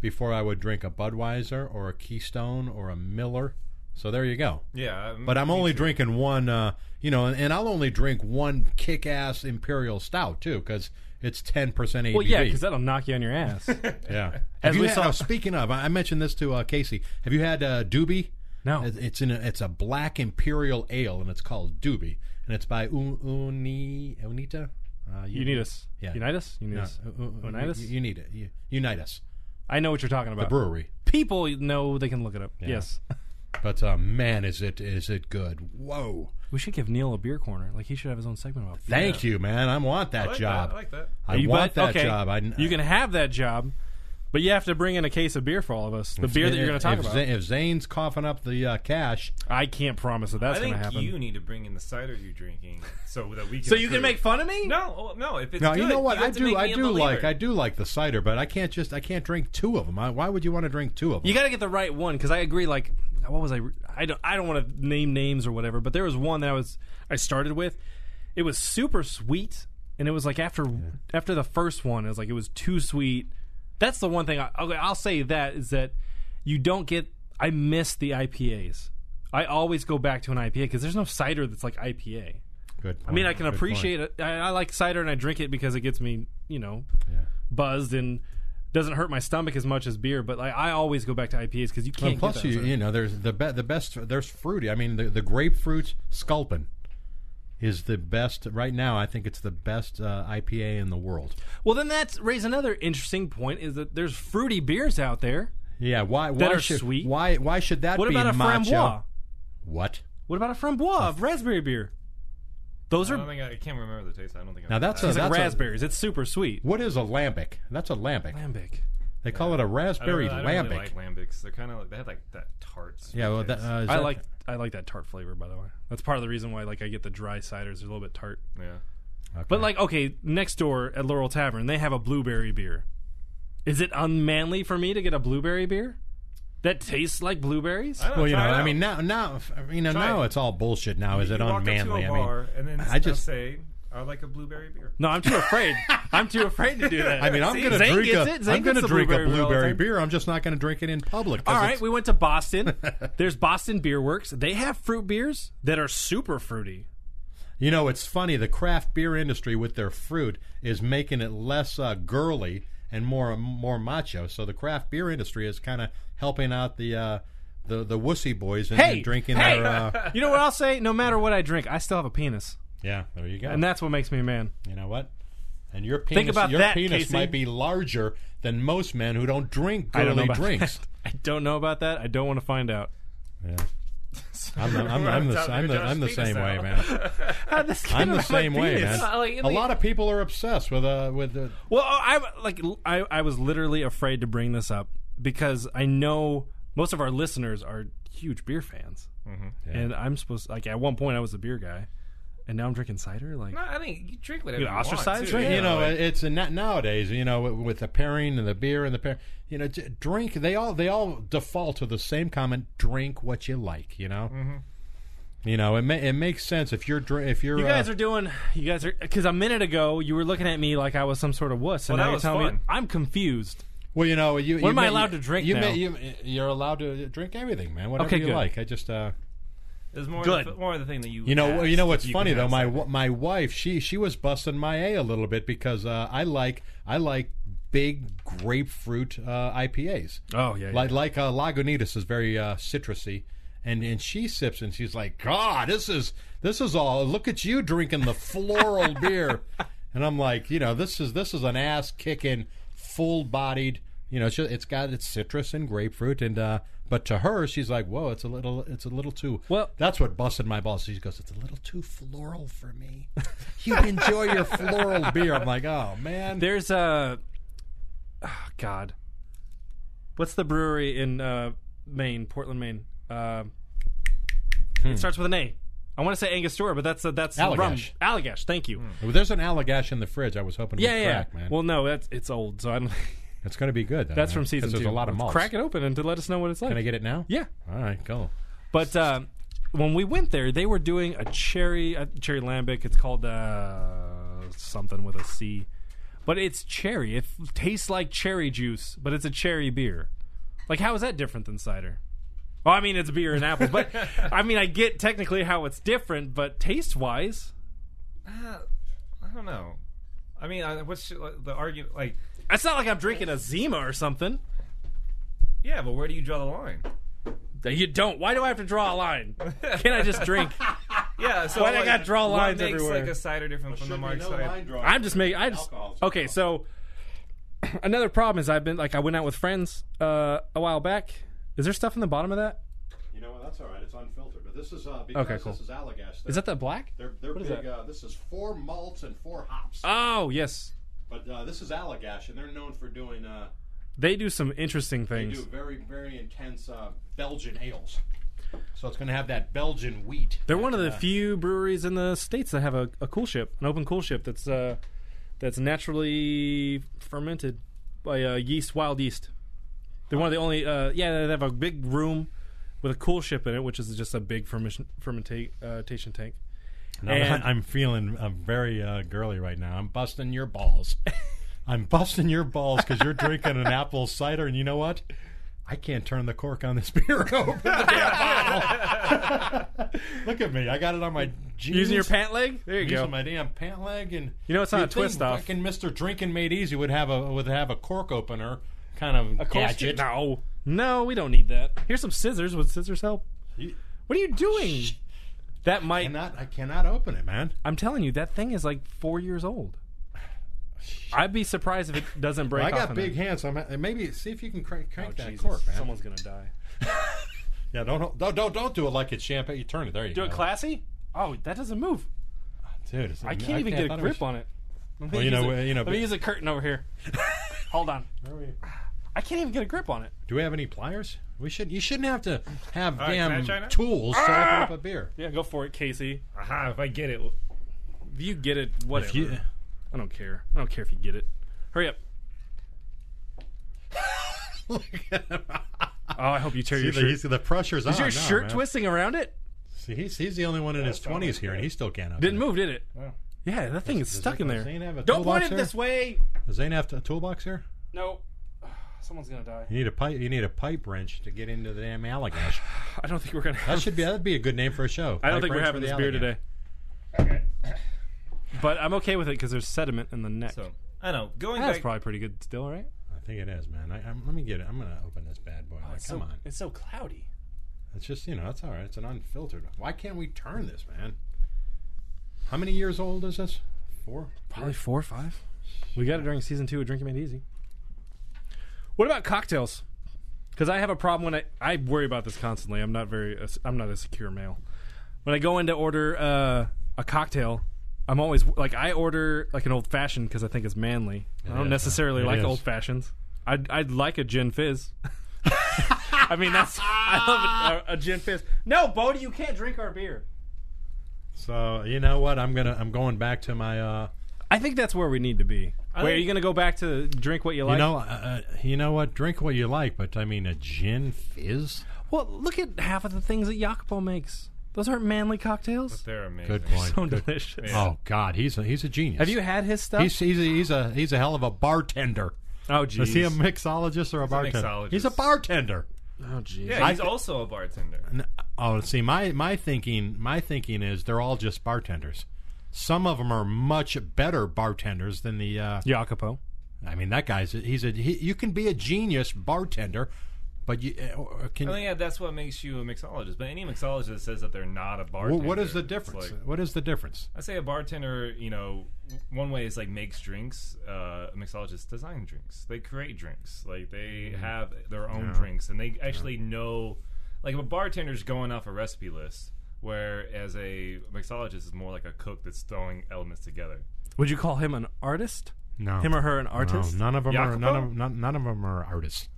before I would drink a Budweiser or a Keystone or a Miller. So there you go. Yeah, But I'm me only too. drinking one, uh, you know, and, and I'll only drink one kick-ass Imperial Stout too because it's ten percent ABV. Well, yeah, because that'll knock you on your ass. Yeah. As Have you we had- saw- oh, speaking of, I I mentioned this to uh, Casey. Have you had uh, Doobie? No. It- It's in a, it's a black imperial ale, and it's called Doobie, and it's by Un, Uni Unita. Uh, You need us. Yeah. Unite us? You need No, us. U- U- Unitas? Uh. You, you need it. You, unite us. I know what you're talking about. The brewery. People know they can look it up. Yes. But uh, man, is it is it good? Whoa! We should give Neil a beer corner. Like, he should have his own segment about beer. Thank you, man. I want that I like job. That. I like that. I You want bet- that okay, job. I, you can have that job, but you have to bring in a case of beer for all of us. The beer that you're going to talk if, about. Zane- If Zane's coughing up the uh, cash, I can't promise that I that's going think to happen. you need to bring in the cider you're drinking so that we can. so you can approve. make fun of me? No, oh, no. If it's Now good, you know what have I to do. make I me a do believer. Oh like I do like the cider, but I can't just I can't drink two of them. I, why would you want to drink two of them? You got to get the right one because I agree. Like, what was I? I don't. I don't want to name names or whatever. But there was one that I was. I started with. It was super sweet, and it was like after after the first one, it was like it was too sweet. That's the one thing. I, okay, I'll say that is that you don't get. I miss the IPAs. I always go back to an IPA because there's no cider that's like IPA. Good. I mean, I can appreciate it. I, I like cider and I drink it because it gets me, you know, buzzed and doesn't hurt my stomach as much as beer. But like, I always go back to IPAs because you can't. Well, plus, get that you, cider. you know, there's the be- the best. There's fruity. I mean, the the grapefruit sculpin is the best right now. I think it's the best uh, IPA in the world. Well, then that's raise another interesting point is that there's fruity beers out there. Yeah. Why? Why That are should sweet. why why should that What be about a macho? framboise? What? What about a framboise of raspberry beer? Those I don't are think I, I can't remember the taste. I don't think. Now I've that's a it's like that's a- raspberries. it's super sweet. what is a lambic? That's a lambic. Lambic. They call it a I don't, raspberry really- I don't lambic. really like lambics. They're kind of like they had like that tart. sweet yeah. Well, that, taste. uh, is I that- like I like that tart flavor by the way. That's part of the reason why like I get the dry ciders. They're a little bit tart. yeah. okay. But like okay, next door at Laurel Tavern, they have a blueberry beer. Is it unmanly for me to get a blueberry beer that tastes like blueberries? I don't Well, you know, try it I out. mean, now, now, f- you know, Try now it. it's all bullshit. Now is it You walk up to unmanly? a I mean, bar and then I just- they'll say, "I like a blueberry beer." No, I'm too afraid. I'm too afraid to do that. I mean, I'm See, gonna Zane drink gets a, it. Zane am gonna gets the drink a all the blueberry time. beer. I'm just not gonna drink it in public. 'cause All right, it's- we went to Boston. There's Boston Beer Works. They have fruit beers that are super fruity. you know, it's funny. The craft beer industry with their fruit is making it less uh, girly and more more macho. So the craft beer industry is kind of helping out the uh, the the wussy boys and, Hey, drinking hey! their. Uh, You know what I'll say? No matter what I drink, I still have a penis, yeah, there you go. and that's what makes me a man. you know what? And your penis, about your that, penis Casey. might be larger than most men who don't drink I girly don't know about drinks. that. I don't know about that. I don't want to find out. Yeah. I'm, I'm, I'm, I'm, the, Josh, I'm, the, Josh, I'm the speak us same way, out. man. How this get I'm the on my same way, penis? man. A lot of people are obsessed with uh with uh, Well, I like I, I was literally afraid to bring this up because I know most of our listeners are huge beer fans, Mm-hmm. and I'm supposed like at one point I was a beer guy, and now I'm drinking cider. Like No, I mean you drink whatever You you, know, want, ostracized too. drink, Yeah, you know like- it's a, not nowadays you know with the pairing and the beer and the pair you know j- drink they all they all default to the same comment drink what you like you know you know it ma- it makes sense if you're dr- if you're Mm-hmm. You guys uh, are doing. You guys are because a minute ago you were looking at me like I was some sort of wuss, and Well, that now you're was telling me fun. I'm confused. well you know you What you am I may- allowed to drink you now? may- you, you're allowed to drink everything man whatever Okay, you good. like I just uh There's more Good. The, more of the thing that you You know, asked you know what's that you funny can though. ask. My w- my wife, she she was busting my a a little bit because uh, I like I like big grapefruit uh, IPAs. Oh, yeah, like like uh, Lagunitas is very uh, citrusy, and and she sips and she's like, God, this is this is all. Look at you drinking the floral beer, and I'm like, you know, this is this is an ass kicking, full bodied. You know, it's, just, it's got its citrus and grapefruit, and uh, but to her, she's like, "Whoa, it's a little, it's a little too." Well- that's what busted my balls. She goes, "It's a little too floral for me." you enjoy your floral beer. I'm like, "Oh man, There's a oh, God. What's the brewery in uh, Maine, Portland, Maine? Uh, It starts with an A. I want to say Angostura, but that's a, that's rum. Hmm. Allagash. Allagash. Thank you. there's an Allagash in the fridge." I was hoping, it Yeah, would yeah. crack, man. Well, no, that's it's old, so I'm. It's going to be good. Though, that's from man, 'cause season two. There's a lot of malts. Crack it open and to let us know what it's like. Can I get it now? Yeah. All right, go. But uh, when we went there, they were doing a cherry a cherry lambic. It's called uh, something with a C, but it's cherry. It tastes like cherry juice, but it's a cherry beer. Like, how is that different than cider? Well, I mean, it's beer and apples, but I mean, I get technically how it's different, but taste wise, I don't know. I mean, I, what's the argument? Like, it's not like I'm drinking a Zima or something. yeah, but where do you draw the line? You don't. Why do I have to draw a line? Can I just drink? Yeah, so Why they like, gotta draw what lines makes, everywhere? Like a cider different from the Mark cider. I'm just making. I just Alcohol's okay. So another problem is I've been like I went out with friends uh, a while back. Is there stuff in the bottom of that? You know what? That's all right. It's unfiltered. But this is uh, because Okay, cool. this is Allagash. Is that the black? They're, they're is big. that? Uh, this is four malts and four hops. Oh yes, but uh, this is Allagash, and they're known for doing. Uh, they do some interesting they things. do very very intense uh, Belgian ales. So it's going to have that Belgian wheat. They're one of the few breweries in the states that have a, a cool ship, an open cool ship that's uh, that's naturally fermented by uh, yeast, wild yeast. They're one of the only. Uh, yeah, they have a big room with a cool ship in it, which is just a big fermentation fermentation tank. I'm, And- I'm feeling uh, very uh, girly right now. I'm busting your balls. I'm busting your balls because you're drinking an apple cider, and you know what? I can't turn the cork on this beer open. Look at me. I got it on my jeans. Using your pant leg? There you Using go. my damn pant leg and You know it's not You'd a twist think off. Fucking Mister Drinking Made Easy would have a would have a cork opener kind of Of course you- gadget. No. No, we don't need that. Here's some scissors. Would scissors help? What are you doing? That I might. cannot I cannot open it, man. I'm telling you, that thing is like four years old. I'd be surprised if it doesn't break. I got off Oh, big hands. So I'm ha- maybe see if you can crank, crank that Jesus, cork, man. Someone's gonna die. Yeah, don't don't don't don't do it like it's champagne. You turn it. There you Do go. it classy. Oh, that doesn't move. Dude, it's- I can't even I get a thought grip was- on it. Let me Well, you use know, a- you know, Let me but- use a curtain over here. Hold on. Where we- I can't even get a grip on it. Do we have any pliers? We should. You shouldn't have to have right, can I damn try now? tools to open up a beer. Ah! Yeah, go for it, Casey. Aha, if I get it. If you get it, whatever. you- I don't care. I don't care if you get it. Hurry up. oh, I hope you tear your See, the, shirt. he's, the pressure's on. Is your now, shirt Oh, man. twisting around it? See, he's, he's the only one in his twenties here, and he still can't. Open Didn't it. move, did it? Yeah, that thing is stuck that- in does there. Zane have a Don't point toolbox it there? this way. Does Zane have a toolbox here? No. Someone's gonna die. You need a pipe. You need a pipe wrench to get into the damn Allagash. I don't think we're gonna. That should be. That'd be a good name for a show. I don't Pipe think we're wrench having for this the beer Allagash. today. But I'm okay with it because there's sediment in the neck. So, I don't know. Going That's back. probably pretty good still, right? I think it is, man. I, I'm, let me get it. I'm gonna open this bad boy. Like, come on. It's so cloudy. It's just you know that's all right. It's an unfiltered. Why can't we turn this, man? How many years old is this? Four. Probably four or five. We got it during season two of Drinking Made Easy. What about cocktails? Because I have a problem when I I worry about this constantly. I'm not very uh, I'm not a secure male. When I go in to order uh, a cocktail, I'm always like I order like an old fashioned because I think it's manly. I don't is, necessarily it like is. old fashions. I'd I'd like a gin fizz. I mean that's I love uh, a, a gin fizz. No, Bodie, you can't drink our beer. So you know what? I'm gonna. I'm going back to my. uh I think that's where we need to be. Wait, are you going to go back to drink what you like? You know. Uh, you know what? Drink what you like, but I mean a gin fizz. Well, look at half of the things that Jacopo makes. Those aren't manly cocktails. They're amazing. Good point. So Good- delicious. Oh God, he's a, he's a genius. Have you had his stuff? He's he's a, he's a he's a hell of a bartender. oh, jeez. Is he a mixologist or a bartender? mixologist. He's a bartender. oh, jeez. Yeah, he's I- also a bartender. N- Oh, see, my my thinking my thinking is they're all just bartenders. Some of them are much better bartenders than the. Uh, Jacopo. I mean, that guy's he's a he, you can be a genius bartender, but you uh, or can. I think that- that's what makes you a mixologist. But any mixologist that says that they're not a Wh- bartender, what is the it's difference? like- what is the difference? I say a bartender, you know, w- one way is like makes drinks. Uh, a mixologist design drinks. They create drinks. Like they Mm-hmm. have their own drinks, and they actually know. Like if a bartender's going off a recipe list, whereas a mixologist is more like a cook that's throwing elements together. Would you call him an artist? No, Him or her an artist? No, none of them are none Jacopo? of none, none of them are artists.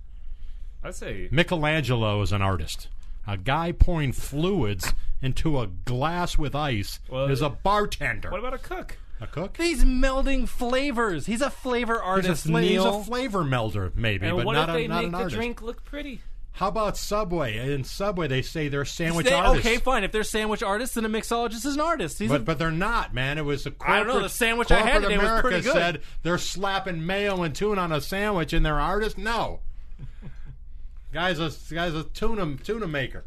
I'd say Michelangelo is an artist. A guy pouring fluids into a glass with ice Well, is a bartender. What about a cook? a cook? He's melding flavors. He's a flavor He's a, artist, fla- he's Neil. a flavor melder, maybe, And but what not, if a, they not make an the artist. drink look pretty? How about Subway? In Subway, they say they're sandwich They- artists. okay, fine. If they're sandwich artists, then a mixologist is an artist. He's But, a, but they're not, man. It was a corporate, I don't know, the sandwich I had corporate today was America pretty good. said they're slapping mayo and tuna on a sandwich, and they're artists. No, guys, a guys, a tuna tuna maker.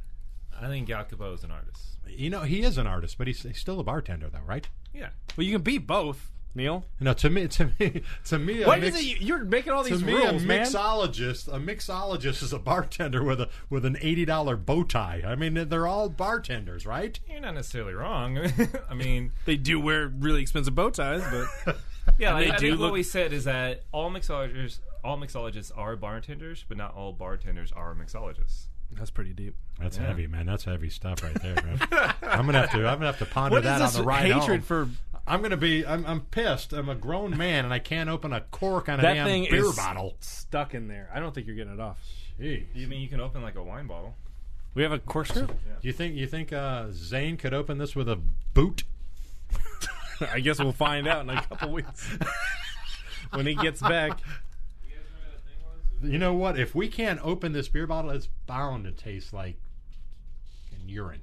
I think Jacopo is an artist. You know, he is an artist, but he's, he's still a bartender, though, right? Yeah. well, you can be both, Neil. No, to me, to me, to me, a What is mix, it? you- You're making all to these me, rules, a man. mixologist, a mixologist is a bartender with a with an eighty dollar bow tie. I mean, they're all bartenders, right? You're not necessarily wrong. I mean, They do wear really expensive bow ties, but yeah, And like, they I do think look- what we said is that all mixologists, all mixologists are bartenders, but not all bartenders are mixologists. that's pretty deep. That's heavy, man. That's heavy stuff right there. Man. I'm gonna have to. I'm gonna have to ponder that on the ride hatred home. for I'm gonna be. I'm, I'm pissed. I'm a grown man, and I can't open a cork on a That damn thing beer is- bottle. stuck in there. I don't think you're getting it off. Gee. You mean you can open like a wine bottle? We have a corkscrew. You think you think uh, Zane could open this with a boot? I guess we'll find out in a couple weeks when he gets back. You know what? If we can't open this beer bottle, it's bound to taste like fucking urine.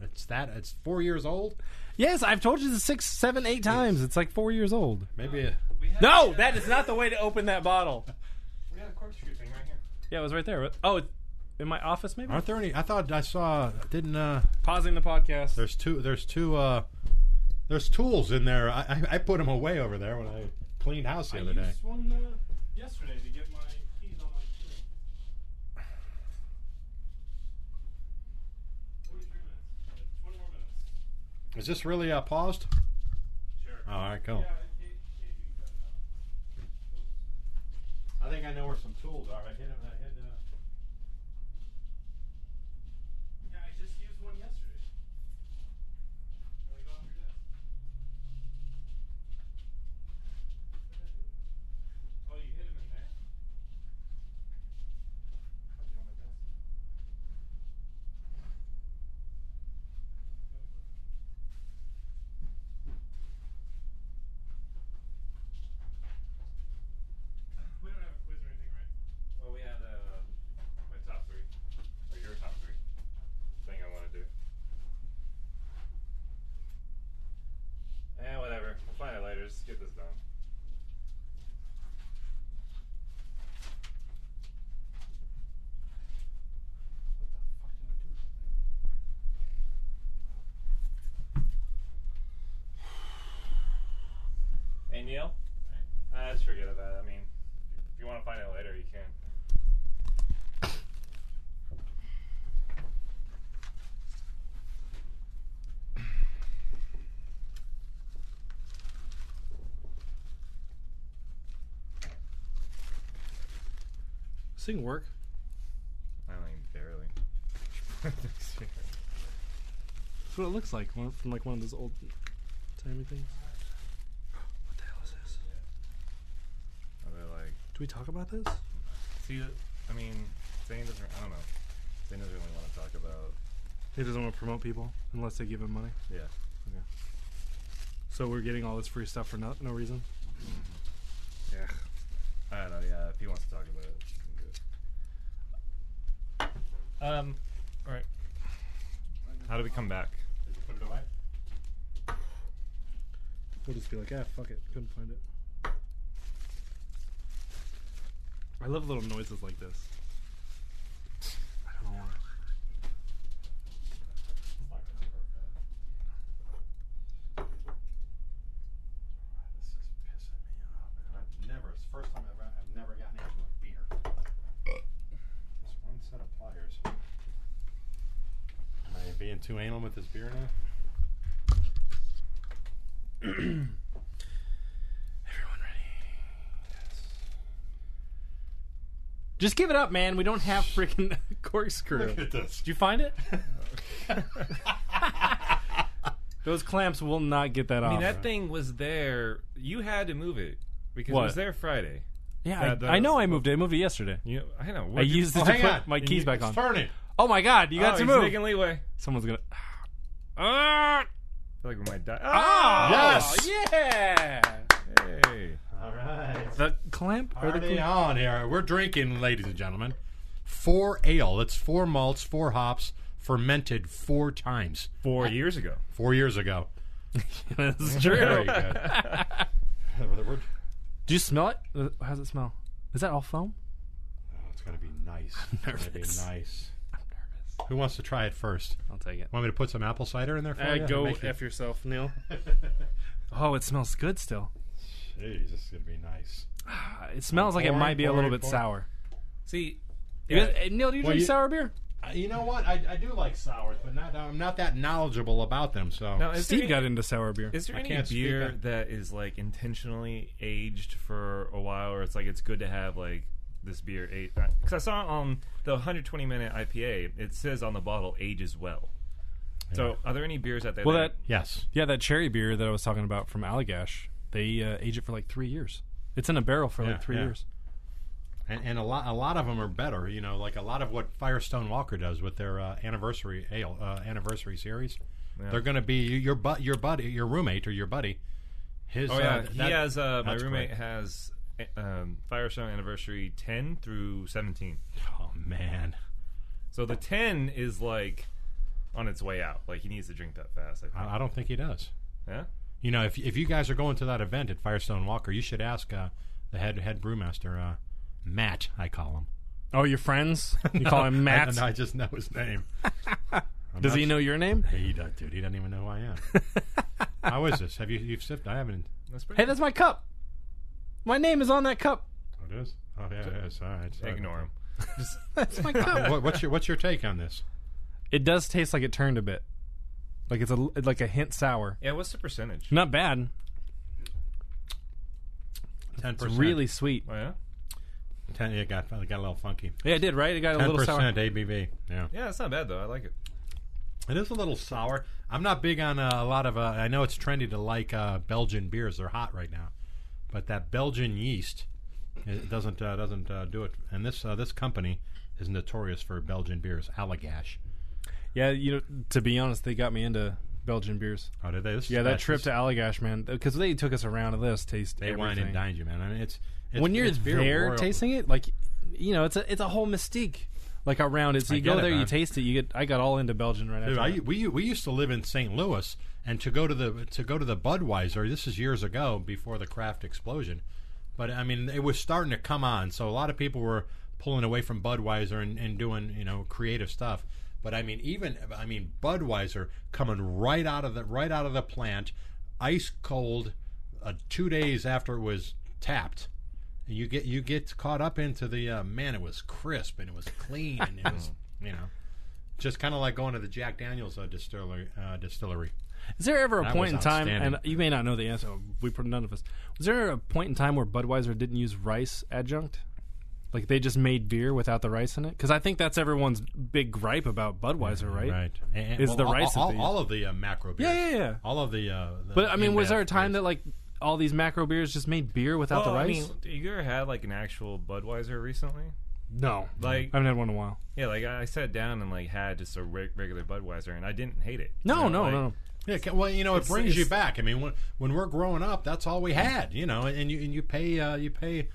It's that. It's four years old. Yes, I've told you this six, seven, eight times. It's like four years old. Maybe. We No, that is not the way to open that bottle. We got a corkscrew thing right here. Yeah, it was right there. Oh, it- in my office maybe. Aren't there any? I thought I saw. Didn't uh? Pausing the podcast. There's two. There's two. uh There's tools in there. I I, I put them away over there when I cleaned house the other day. one uh, yesterday to get my keys on my Is this really uh, paused? Sure. Oh, all right, cool. I think I know where some tools are. I hit them. I hit. Uh... Oh, We don't have a quiz or anything, right? Well, we had uh, my top three, or your top three thing I want to do. Eh, whatever. We'll find out later. Just get this done. Hey Neil, uh, just forget about it. I mean, if you want to find out later, you can. This thing work? I mean, barely. That's what it looks like one, from like one of those old timey things. What the hell is this? like, Do we talk about this? see, I mean, Zane doesn't. I don't know. Zane doesn't really want to talk about. He doesn't want to promote people unless they give him money. Yeah. So we're getting all this free stuff for no, no reason. Yeah. I don't know. Yeah, if he wants to talk about it, we can do it. Um. All right. How do we come back? Did you put it away? We'll just be like, ah, fuck it. Couldn't find it. I love little noises like this. I don't know why. This is pissing me off. man. I've never. It's the first time I've, I've never gotten into a beer. Just one set of pliers. Am I being too anal with this beer now? Everyone ready? Just give it up, man. We don't have freaking corkscrew. Look at this. Did you find it? Those clamps will not get that I mean, off. that thing was there. You had to move it because it What? was there Friday. yeah, that- I, I know I moved it. I moved it yesterday. You know, I know. I what'd you- used it Oh, to hang put on. my And keys you- back it's on. Turning. Oh my god, you Oh, got to he's move. making leeway. Someone's gonna. Ah! I feel like we might die. Ah! Yes! Yeah! Hey. All right. The clamp or the Party clamp? on here. We're drinking, ladies and gentlemen. Four ale. That's four malts, four hops, fermented four times. Four years ago. Four years ago. That's true. Very good. We're- Do you smell it? Uh, How's it smell? Is that all foam? Oh, it's gonna be nice. It's gonna be nervous. nice. Who wants to try it first? I'll take it. Want me to put some apple cider in there for Uh, you? Make you- yourself, Neil. oh, it smells good still. Jeez, this is gonna be nice. Uh, It smells like it Pouring, might be a little bit pouring, pouring. sour. See, You guys- hey, Neil, do you Well, drink you- sour beer? Uh, you know what? I, I do like sours, but not I'm not that knowledgeable about them. So now, is Steve there, got into sour beer. Is there I any can't speak beer up. that is like intentionally aged for a while, or it's like it's good to have like this beer aged? Because I saw on the 120 minute IPA, it says on the bottle ages well. So, are there any beers out there? well, that yes, yeah, that cherry beer that I was talking about from Allagash, they uh, age it for like three years. It's in a barrel for Yeah, like three yeah. years. and, and a lot a lot of them are better. You know, like a lot of what Firestone Walker does with their uh, anniversary ale uh, anniversary series. They're going to be your but your buddy, your roommate or your buddy. His oh yeah, uh, he that- has. Uh, my that's roommate great. has eh, um, Firestone Anniversary 10 through 17. Oh man, So the 10 is like on its way out. Like he needs to drink that fast. I think. I, I don't think he does. yeah. You know, if if you guys are going to that event at Firestone Walker, you should ask uh, the head head brewmaster, uh, Matt. I call him. Oh, your friends? You call him I- Matt? I, just know his name. I'm Does not he know your name? He does, dude. He doesn't even know who I am. How is this? Have you you've sipped? I haven't. That's pretty Hey, that's my cup. My name is on that cup. Oh, it is. Oh yeah, it is. All right. Sorry. Ignore him. That's my cup. What, what's your what's your take on this? It does taste like it turned a bit. Like it's a like a hint sour. Yeah, what's the percentage? Not bad. Ten It's percent. really sweet. Oh, yeah? Ten, it got it got a little funky. Yeah, it did, right? It got a Ten little sour. percent ABV. Yeah. Yeah, it's not bad, though. I like it. It is a little sour. I'm not big on uh, a lot of. Uh, I know it's trendy to like uh, Belgian beers. They're hot right now, but that Belgian yeast it doesn't uh, doesn't uh, do it. And this uh, this company is notorious for Belgian beers. Allagash. Yeah, you know, to be honest, they got me into Belgian beers. Oh, did they? This is Yeah, that best. trip to This- Allagash, man, because they took us around to this taste. they wine everything. and dine you, man. I mean, it's, it's when you're it's beer there royal- tasting it, like you know, it's a it's a whole mystique. Like around it, so I you go get it, there, you man. taste it. You get. I got all into Belgian right Dude, after. I, that. we we used to live in St. Louis, and to go to the to go to the Budweiser. This is years ago, before the craft explosion. But I mean, it was starting to come on, so a lot of people were pulling away from Budweiser and, and doing you know creative stuff. But I mean, even I mean Budweiser coming right out of the right out of the plant, ice cold, uh, two days after it was tapped. And you get you get caught up into the uh, man. It was crisp and it was clean and it was you know just kind of like going to the Jack Daniels uh, distillery. Uh, distillery. Is there ever a That point in was time, and outstanding. you may not know the answer, oh, we put none of us. Was there a point in time where Budweiser didn't use rice adjunct? Like they just made beer without the rice in it? Because I think that's everyone's big gripe about Budweiser, right? And, and- Is the all- rice that all, they all of the uh, macro beers? Yeah, yeah, yeah. All of the. Uh, the But I mean, was in-bath there a time beers. that like all these macro beers just made beer without Well, the rice? I mean, you ever had like an actual Budweiser recently? no, Like, I haven't had one in a while. yeah, like I sat down and like had just a re- regular Budweiser, and I didn't hate it. No, You no, know, like- no, no. Yeah, ca- well, you know, it brings you it's- back. I mean, when when we're growing up, that's all we had. You know, and you and you pay uh, you pay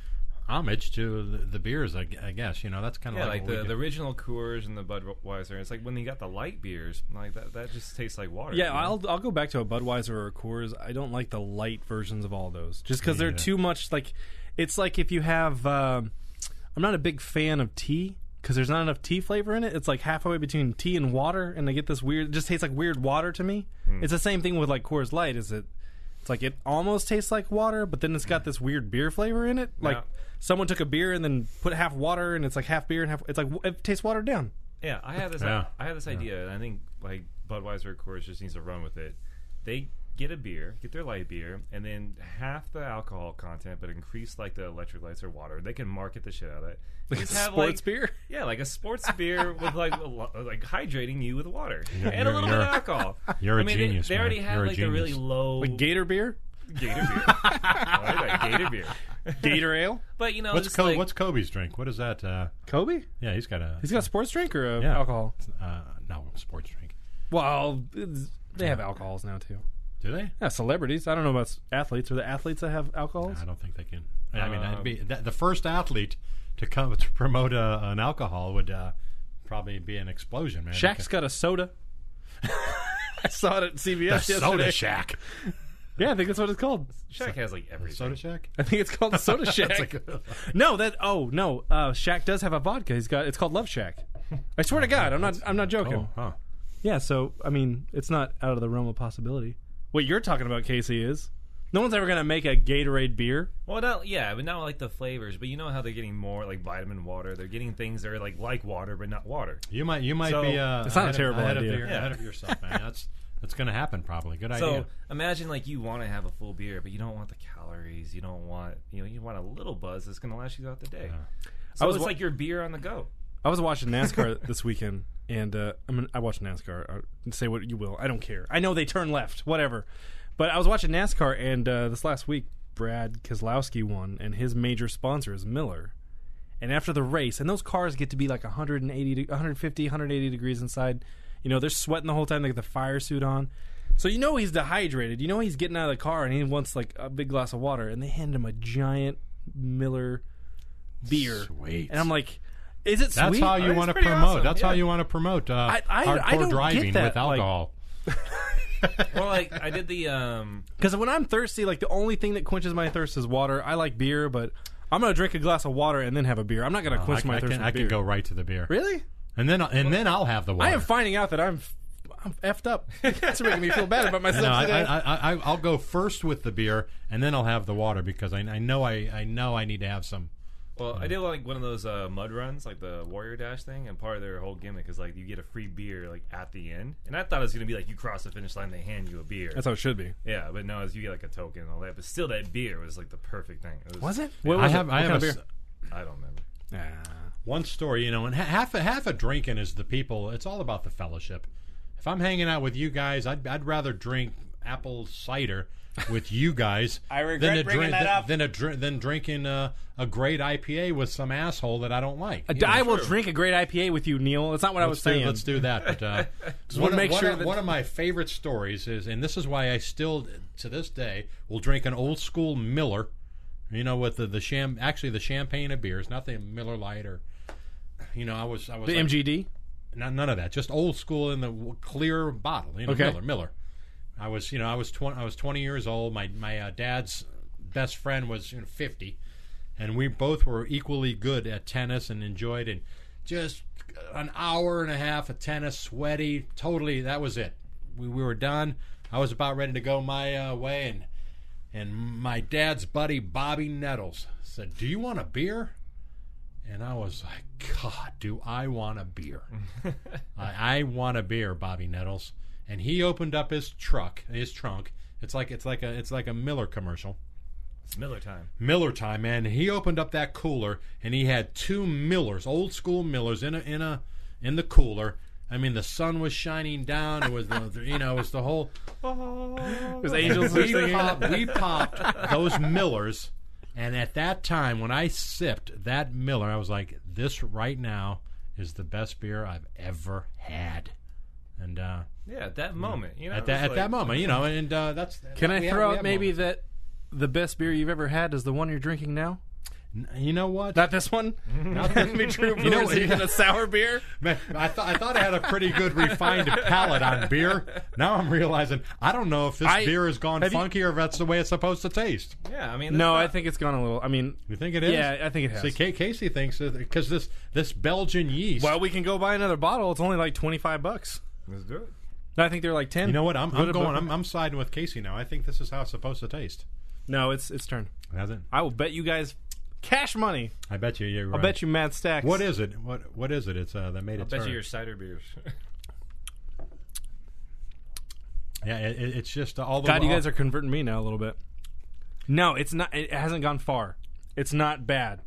homage to the, the beers. I, gu- I guess you know that's kind of Yeah, like what we the, the do. original Coors and the Budweiser. It's like when they got the light beers, like that, that just tastes like water. Yeah, you know? I'll I'll go back to a Budweiser or a Coors. I don't like the light versions of all those, just because they're Yeah. too much. Like, it's like if you have. Um, I'm not a big fan of tea because there's not enough tea flavor in it. It's like halfway between tea and water, and they get this weird. It just tastes like weird water to me. It's the same thing with like Coors Light. Is it? It's like it almost tastes like water, but then it's got this weird beer flavor in it. Like Yeah. someone took a beer and then put half water, and it's like half beer and half. It's like it tastes watered down. Yeah, I had this. Yeah. I had this idea, and I think like Budweiser, of course, just needs to run with it. They get a beer, get their light beer, and then half the alcohol content, but increase like the electrolytes or water. They can market the shit out of it. Like sports beer? Yeah, like a sports beer with like a lo- like hydrating you with water and a you're- little bit of you're- alcohol. you're a I mean, they- genius, They, man. already have You're a like the really genius. low Like Gator beer, Gator beer. I like Gator beer. Gator ale, But you know, what's just, Co- like, what's Kobe's drink? What is that? Uh, Kobe. yeah, he's got a He's got a sports drink or a Yeah. alcohol? uh, no sports drink. Well, it's- they have alcohols now too. Do they? Yeah, celebrities. I don't know about s- athletes. Are the athletes that have alcohols? I don't think they can. I mean, Uh, that'd Um, be that, the first athlete to come to promote uh, an alcohol would uh, probably be an explosion, man. Shaq's got a soda. I saw it at CBS a yesterday. soda shack. Yeah, I think that's what it's called. Shaq has like everything. Soda shack. I think it's called Soda Shack. no, that oh no, uh, Shaq does have a vodka. He's got it's called Love Shack. I swear to God, I'm not I'm not joking. Oh, huh. Yeah, so I mean, it's not out of the realm of possibility. What you're talking about, Casey, is no one's ever gonna make a Gatorade beer. Well, not, yeah, but not like the flavors. But you know how they're getting more like vitamin water. They're getting things that are like like water, but not water. You might you might So- be uh, It's not a ahead of- terrible ahead idea. Of your, Yeah. Ahead of yourself, man. That's that's going to happen probably. Good So idea. imagine like you want to have a full beer, but you don't want the calories. You don't want you know you want a little buzz that's going to last you throughout the day. So I was it's wa- like your beer on the go. I was watching NASCAR this weekend, and uh, I mean, I watch NASCAR. Uh, say what you will, I don't care. I know they turn left, whatever. But I was watching NASCAR, and uh, this last week, Brad Keselowski won, and his major sponsor is Miller. And after the race, and those cars get to be like 180, de- 150, 180 degrees inside. You know, they're sweating the whole time. They get the fire suit on. So you know he's dehydrated. You know he's getting out of the car and he wants like a big glass of water. And they hand him a giant Miller beer. Sweet. And I'm like, is it that's sweet? how you That's want to pretty promote. awesome, That's how yeah. you want to promote uh, I- I hardcore don't get driving that, with like- alcohol. well, like I did the um, Because when I'm thirsty, like the only thing that quenches my thirst is water. I like beer, but I'm gonna drink a glass of water and then have a beer. I'm not gonna Oh, I, quench my I thirst. can, with I can beer. go right to the beer, Really? and then I'll- and then I'll have the water. I am finding out that I'm f- I'm effed up. It's making me feel bad about myself No, I, today. I, I, I, I'll go first with the beer, and then I'll have the water because I, I know I, I know I need to have some. well, I did like one of those uh, mud runs, like the Warrior Dash thing, and part of their whole gimmick is like you get a free beer like at the end, and I thought it was gonna be like you cross the finish line, they hand you a beer. That's how it should be. yeah, but no, it's you get like a token and all that. But still, that beer was like the perfect thing. It was, What I was have It? I What have kind a of s- I don't remember. one story, you know, and ha- half a, half a drinking is the people. It's all about the fellowship. If I'm hanging out with you guys, I'd I'd rather drink apple cider with you guys I regret than a bringing drink that up. than a drink than drinking a, a great IPA with some asshole that I don't like. A- You know, I will drink a great IPA with you, Neil. That's not what I was let's do, saying. let's do that. But, uh, wanna one, make make one, sure of, that- one of my favorite stories is, and this is why I still to this day will drink an old school Miller. You know, with the the sham, actually the champagne of beers, not the Miller Light or. You know, I was I was the like, MGD. not, none of that. Just old school in the w- clear bottle. You know, Okay. Miller, Miller. I was, you know, I was twenty. I was twenty years old. My my uh, dad's best friend was you know, fifty, and we both were equally good at tennis and enjoyed and just an hour and a half of tennis, sweaty, totally. That was it. We we were done. I was about ready to go my uh, way, and and my dad's buddy Bobby Nettles said, "Do you want a beer?" And I was like, God, do I want a beer? I, I want a beer, Bobby Nettles. And he opened up his truck, his trunk. It's like it's like a it's like a Miller commercial. It's Miller time. Miller time, man. He opened up that cooler and he had two Millers, old school Millers, in a in a in the cooler. I mean, the sun was shining down. It was the you know it was the whole There's angels. are we, singing. popped, we popped those Millers, and at that time, when I sipped that Miller, I was like, "This right now is the best beer I've ever had." And uh, Yeah, at that moment, you know, at it that was at that like- moment, you know, and uh, that's Can I we have- throw we out have maybe moments. that the best beer you've ever had is the one you're drinking now? you know what? Not this one. Not that- you know, even a sour beer. Man, I thought I thought I had a pretty good refined palate on beer. Now I'm realizing I don't know if this I- beer has gone have you- funky or if that's the way it's supposed to taste. Yeah, I mean, No, I that's think it's gone a little. I mean, You think it is? Yeah, I think it has. See, Ca- Casey thinks because this this Belgian yeast. well, we can go buy another bottle. It's only like twenty five bucks. not- Let's do it. No, I think they're like ten. You know what? I'm, Go I'm to going. Bo- I'm, I'm siding with Casey now. I think this is how it's supposed to taste. no, it's it's turn. Has it? I will bet you guys cash money. I bet you. You're right. I'll bet you Mad Stacks. What is it? What What is it? It's uh, that made it. I bet turn. you your cider beers. Yeah, it, it- it's just uh, all the. God, you all- guys are converting me now a little bit. No, it's not. It hasn't gone far. It's not bad,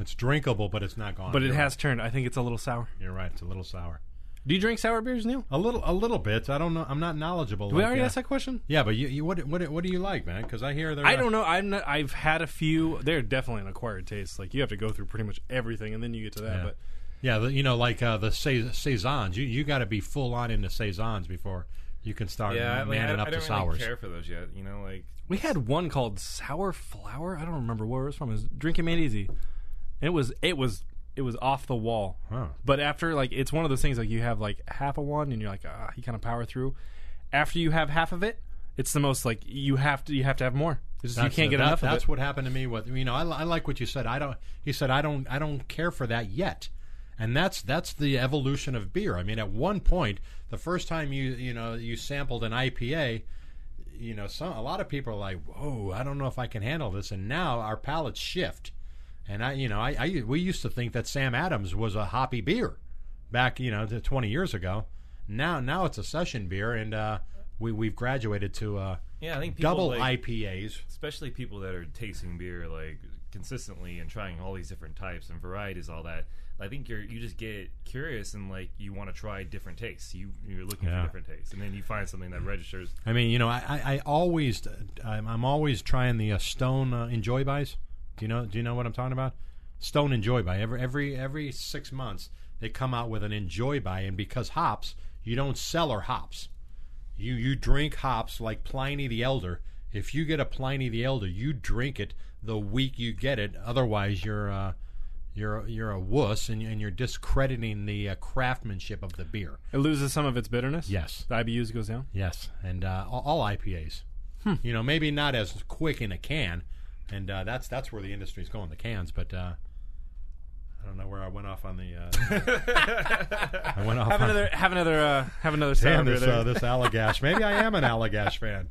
It's drinkable, but it's not gone. but it You're has turned. I think it's a little sour. right. You're right. It's a little sour. Do you drink sour beers, Neil? A little. A little bit. I don't know. I'm not knowledgeable. we like already that. asked that question. Yeah, but you, you what what what do you like, man? Because I hear there. I don't know. I'm not. I've had a few. They're definitely an acquired taste. Like you have to go through pretty much everything, and then you get to that. Yeah. But Yeah, the, you know, like uh, the sais- saisons. You you got to be full on into saisons before you can start yeah, like, I, manning I up don't to really sours. care for those yet. You know, like we had one called Sour Flower. I don't remember where it was from. It was Drinking Made Easy. It was. It was. It was off the wall. Huh. But after like it's one of those things like you have like half a one and you're like ah you kind of power through. After you have half of it, it's the most like you have to you have to have more. It's just, you That's can't get the- that- enough That's of it. what happened to me. With you know, I, li- I like what you said. I don't. He said I don't. I don't care for that yet. And that's that's the evolution of beer. I mean, at one point, the first time you you know you sampled an IPA, you know, some a lot of people are like, "Whoa, I don't know if I can handle this." And now our palates shift. And I, you know, I, I we used to think that Sam Adams was a hoppy beer back, you know, to 20 years ago. Now, now it's a session beer, and uh, we we've graduated to uh, yeah, I think people, double like, IPAs. especially people that are tasting beer like consistently and trying all these different types and varieties, all that. I think you're you just get curious and like you want to try different tastes. You you're looking Yeah. for different tastes, and then you find something that registers. I mean, you know, I, I, I always, uh, I'm, I'm always trying the uh, Stone uh, Enjoy Buys. Do you know? Do you know what I'm talking about? Stone Enjoy Buy. Every every every six months they come out with an Enjoy Buy, and because hops, you don't sell or hops. You you drink hops like Pliny the Elder. If you get a Pliny the Elder, you drink it the week you get it. Otherwise, you're uh, You're a- you're a wuss, and, you- and you're discrediting the uh, craftsmanship of the beer. It loses some of its bitterness. Yes. the IBUs goes down. Yes, and uh, all, all IPAs. Hmm. You know, maybe not as quick in a can, and uh, that's that's where the industry's going, the cans. But uh, I don't know where I went off on the. Uh, I went off Have on another, have another, uh, have another Damn sound this there. uh, this Allagash. Maybe I am an Allagash fan.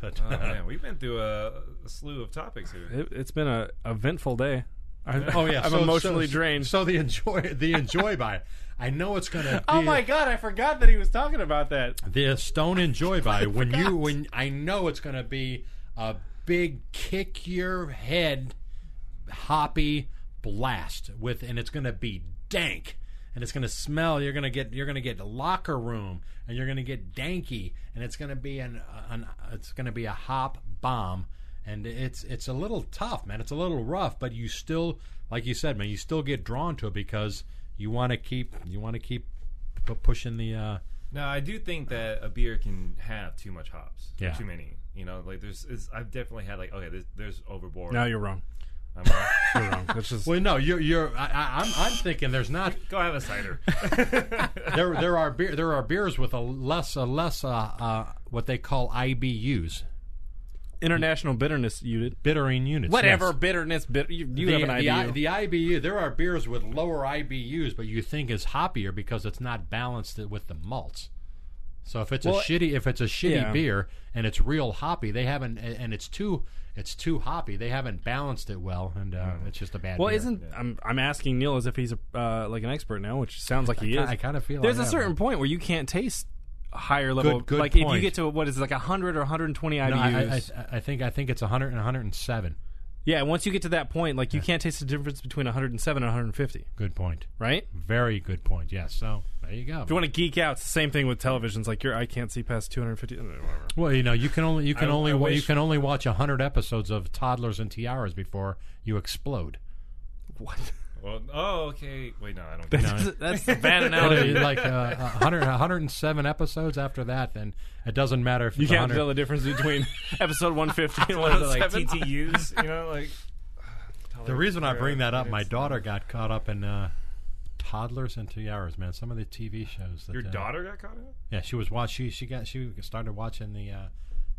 But, Uh, Oh, man, we've been through a, a slew of topics here. it, it's been a eventful day. I, oh yeah, I'm so- emotionally so- drained. So the enjoy the enjoy by. I know it's gonna. oh be- my god, I forgot that he was talking about that. the Stone and Joy by when you when I know it's going to be a big kick your head hoppy blast with and it's going to be dank and it's going to smell you're going to get you're going to get locker room and you're going to get danky and it's going to be an, an it's going to be a hop bomb and it's it's a little tough man it's a little rough but you still like you said man you still get drawn to it because you want to keep you want to keep p- pushing the uh Now, I do think that a beer can have too much hops, or Yeah. too many. You know, like there's, is, I've definitely had like, okay, there's, there's overboard. Now you're wrong. I'm like, You're wrong. That's just Well, no, you're you're. I- I, I'm I'm thinking there's not Go have a cider. there there are beer there are beers with a less a less uh, uh what they call IBUs international bitterness unit. bittering units. Whatever yes. bitterness, bit, you, you The, have an the, IBU. I- the IBU there are beers with lower IBUs, but you think is hoppier because it's not balanced with the malts. So if it's Well, a shitty if it's a shitty yeah. beer and it's real hoppy, they haven't and and it's too it's too hoppy. They haven't balanced it well, and uh, it's just a bad. Mm. well, beer. isn't I'm, I'm asking Neil as if he's a, uh, like an expert now, which sounds like he I- is. I kinda feel there's I a am. certain point where you can't taste a higher level. Good- good like if you point. get to what is it, like 100 or 120 IBUs. No, I, I, I think I think it's 100 and 107. yeah, once you get to that point, like you can't taste the difference between 107 and 150, Good point. right? If Very good point. Yes. So there you go. you want to geek out, it's the same thing with televisions. Like your eye can't see past 250. uh, Whatever. Well, you know, you can only you can I- only I wa- you wish- can only watch hundred episodes of Toddlers and Tiaras before you explode. What? well, oh, okay. Wait, no, I don't. Get it. That's a bad What are analogy. you, like uh, 100, 107 episodes after that, then it doesn't matter if You it's can't 100. tell the difference between episode 150 and One of the like 107. TTUs, you know, like. the reason I bring that up, my daughter got caught up in uh, Toddlers and Tiaras. Man, some of the TV shows. That, Your uh, daughter got caught up? Yeah, she was watch. She she got she started watching the. Uh,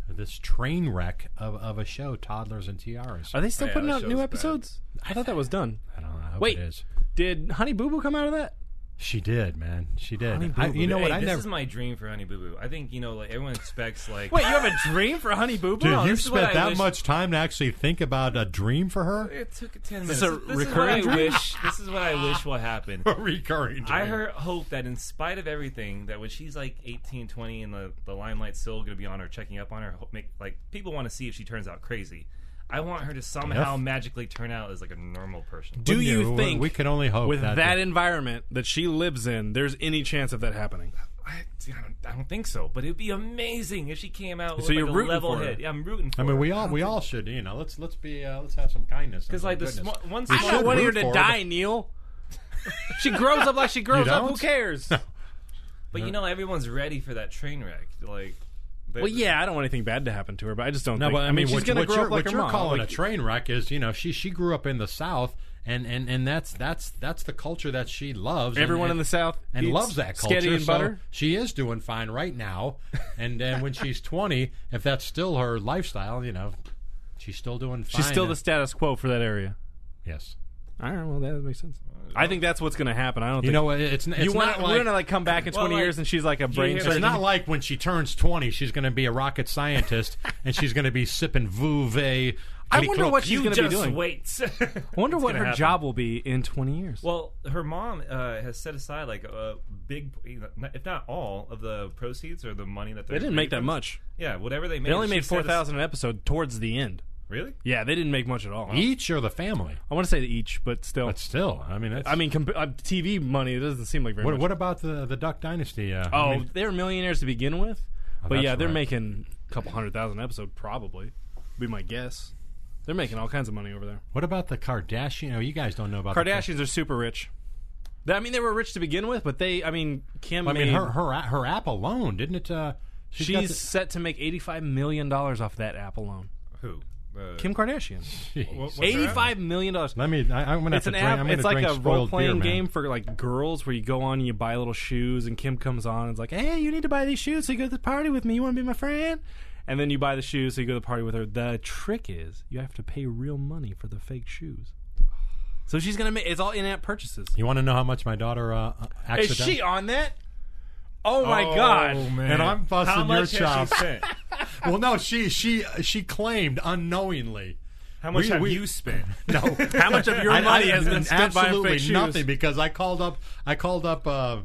this train wreck of, of a show, Toddlers and Tiaras. Are they still Yeah, putting that out show's new bad. episodes? I thought that was done. I don't know. I hope Wait. it is. Did Honey Boo Boo come out of that? She did, man. She did. Honey Boo I, Boo. you know what? Hey, I this never. is my dream for Honey Boo Boo. I think you know, like everyone expects, like Wait, you have a dream for Honey Boo Boo? Dude, No, you this is what spent I that wish- much time to actually think about a dream for her? It took ten Is minutes. this a recurring is what I dream? wish. This is what I wish will happen. recurring I heard, hope that in spite of everything, that when she's like 18, 20, and the, the limelight's still going to be on her, checking up on her, hope, make, like people want to see if she turns out crazy. I want her to somehow Yes. magically turn out as like a normal person. Do you we- think we can only hope with that, that, environment that she lives in, there's any chance of that happening? I, see, I, don't, I don't think so, but it'd be amazing if she came out with So like, you're a rooting level for her. head. Yeah, I'm rooting for I mean, her. we all we all should, you know. Let's let's be uh, let's have some kindness. and Because like the some sm- goodness. one We I don't should want her root to for die, Neil. she grows up like she grows You up. Who don't? cares? But you know, everyone's ready for that train wreck. Like, they- well, yeah, I don't want anything bad to happen to her, but I just don't. No, think, but I mean, she's what, gonna what grow you're, up like what her you're mom. calling Like, a train wreck is, you know, she she grew up in the South, and and and that's that's that's the culture that she loves. and- Everyone and- in the South and eats loves that sketty culture. and so butter. she is doing fine right now, and then when she's twenty, if that's still her lifestyle, you know, she's still doing fine. She's still the and- status quo for that area. yes. All right, well that makes sense. I think that's what's going to happen. I don't. You think know what? It's, it's you want not we're like gonna like come back in Well, twenty like, years and she's like a brain hear- it's surgeon. not like when she turns twenty, she's going to be a rocket scientist and she's going to be sipping Vouvet. I wonder what she's you going to be just doing. wait. I wonder what gonna her happen. job will be in twenty years. Well, her mom uh, has set aside like a big, you know, if not all, of the proceeds or the money that they didn't make that much. Yeah, whatever they made. They only she made set four as- thousand an episode towards the end. Really? Yeah, they didn't make much at all. each or the family, I want to say each, but still, but still, I mean, that's, I mean, comp- uh, TV money it doesn't seem like very what, much. what about the the Duck Dynasty? Uh, oh, I mean, they're millionaires to begin with, but that's yeah, they're right. making a couple hundred thousand an episode probably. Be my guess. They're making all kinds of money over there. what about the Kardashian? Oh, you guys don't know about the Kar- Kardashians are super rich. They- I mean, they were rich to begin with, but they, I mean, Kim. I mean, made- her her a- her app alone didn't it? Uh, she's She's got the- set to make eighty-five million dollars off that app alone. Who? Uh, Kim Kardashian. what- what's her app? Eighty-five million dollars. Let me. I, I'm gonna It's have an to drink. I'm app. gonna It's like drink a spoiled role playing beer, man. game for like girls where you go on and you buy little shoes, and Kim comes on and is like, "Hey, you need to buy these shoes so you go to the party with me. You want to be my friend?" And then you buy the shoes so you go to the party with her. The trick is you have to pay real money for the fake shoes. So she's gonna make it's all in-app purchases. You want to know how much my daughter uh, Is accidentally? she on that? Oh my Oh, god! man. And I'm busting How your much chops. Has she spent? Well, no, she she she claimed unknowingly. How much We- have we- you spent? No, How much of your money has been spent buying absolutely fake shoes? nothing because I called up. I called up. Uh,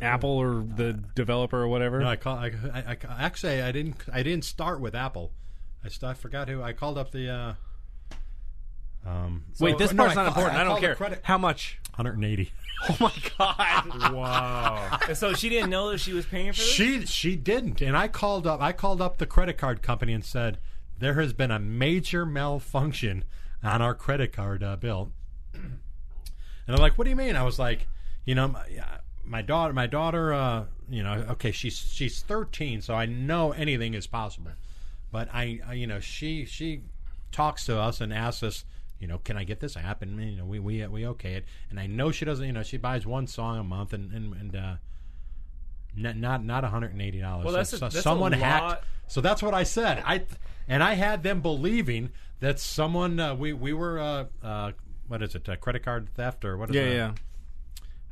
Apple or the developer or whatever. no, I call. I, I, I- actually I didn't. I didn't start with Apple. I, st- I forgot who. I called up the. Uh, um, Wait, this no, part's I not ca- important. I, I don't called the care. credit- How much? 180. Oh my god! wow. And so she didn't know that she was paying for this. She she didn't, and I called up. I called up the credit card company and said there has been a major malfunction on our credit card uh, bill. And they're like, "What do you mean?" I was like, "You know, my, uh, my daughter, my daughter, uh, you know, okay, she's she's 13, so I know anything is possible, but I, I you know, she she talks to us and asks us." You know, can I get this app? And you know, we we we okay it. And I know she doesn't. You know, she buys one song a month, and and and uh, not not not 180 dollars. Well, that's a- that's a someone lot. hacked. So that's what I said. I and I had them believing that someone uh, we we were uh, uh, what is it? Uh, credit card theft or what is Yeah, that? yeah.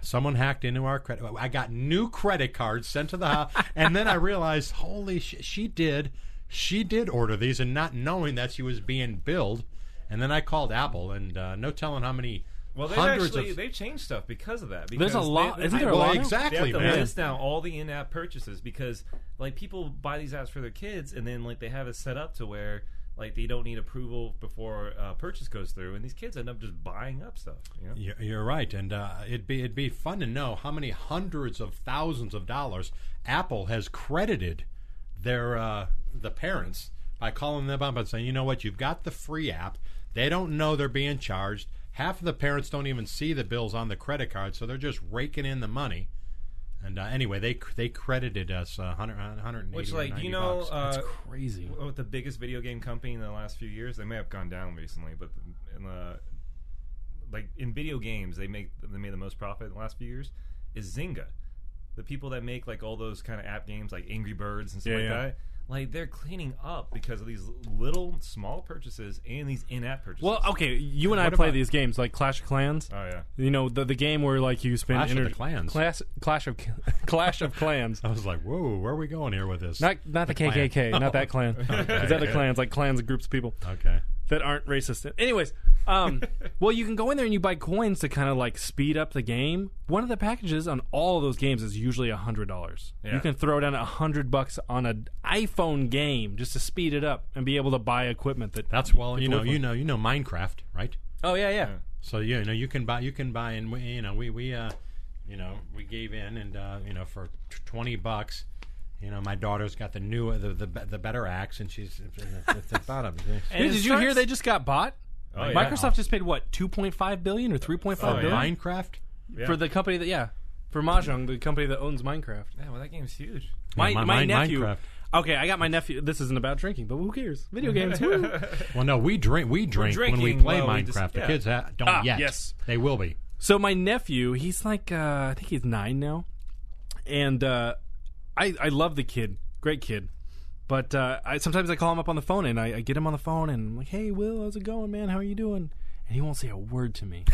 Someone hacked into our credit. I got new credit cards sent to the house, and then I realized, holy shit, she did, she did order these, and not knowing that she was being billed. And then I called Apple, and uh, no telling how many well, they've hundreds actually of they've changed stuff because of that. There's a because lot- they- isn't there a well, lot now? They have exactly, to man. list down all the in-app purchases because like people buy these apps for their kids and then like they have it set up to where like they don't need approval before uh, purchase goes through and these kids end up just buying up stuff. You know? You're, you're right, and uh, it'd be it'd be fun to know how many hundreds of thousands of dollars Apple has credited their uh, the parents by calling them up and saying, you know what, you've got the free app. They don't know they're being charged. Half of the parents don't even see the bills on the credit card, so they're just raking in the money. And uh, anyway, they they credited us uh, 100, 180 Which or like you 90 know bucks. uh, Crazy. with the biggest video game company in the last few years, they may have gone down recently, but in the like in video games, they make they made the most profit in the last few years is Zynga. The people that make like all those kind of app games like Angry Birds and stuff Yeah, like yeah. that, like they're cleaning up because of these little small purchases and these in-app purchases. Well, okay, you and I What play about- these games like Clash of Clans. oh yeah, You know the the game where like you spend Clash of inter- the Clans. Uh, Clash, Clash of Clash of Clans. I was like, whoa, where are we going here with this? Not not the, clan. KKK, not that clan. There's other clans like clans of groups of people okay. that aren't racist. Anyways, um, well you can go in there and you buy coins to kind of like speed up the game. One of the packages on all of those games is usually a hundred dollars. Yeah. You can throw down a hundred bucks on an iPhone game just to speed it up and be able to buy equipment that. That's well, you People know, with- you know, you know, Minecraft, right? Oh yeah, yeah. So yeah, you know, you can buy, you can buy, and we, you know, we we uh, you know, we gave in, and uh, you know, for t- twenty bucks, you know, my daughter's got the new, the the, be- the better axe, and she's at the, bottom. Dude, it did you starts- hear they just got bought? Oh, yeah. Oh, Microsoft just paid what two point five billion or three point For five billion Minecraft, yeah. for the company that yeah for Mahjong, the company that owns Minecraft. yeah, well, that game's huge. My, my- my, mine- nephew. Minecraft. Okay, I got my nephew. This isn't about drinking, but who cares? Video games. woo. Well, no, we drink, we drink when we drinking play while we Minecraft. just- the yeah. kids ha- don't Ah, yet. yes. they will be. So my nephew, he's like uh, I think he's nine now, and uh, I I love the kid, great kid. But uh, I, sometimes I call him up on the phone, and I, I get him on the phone, and I'm like, "Hey, Will, how's it going, man? How are you doing?" And he won't say a word to me.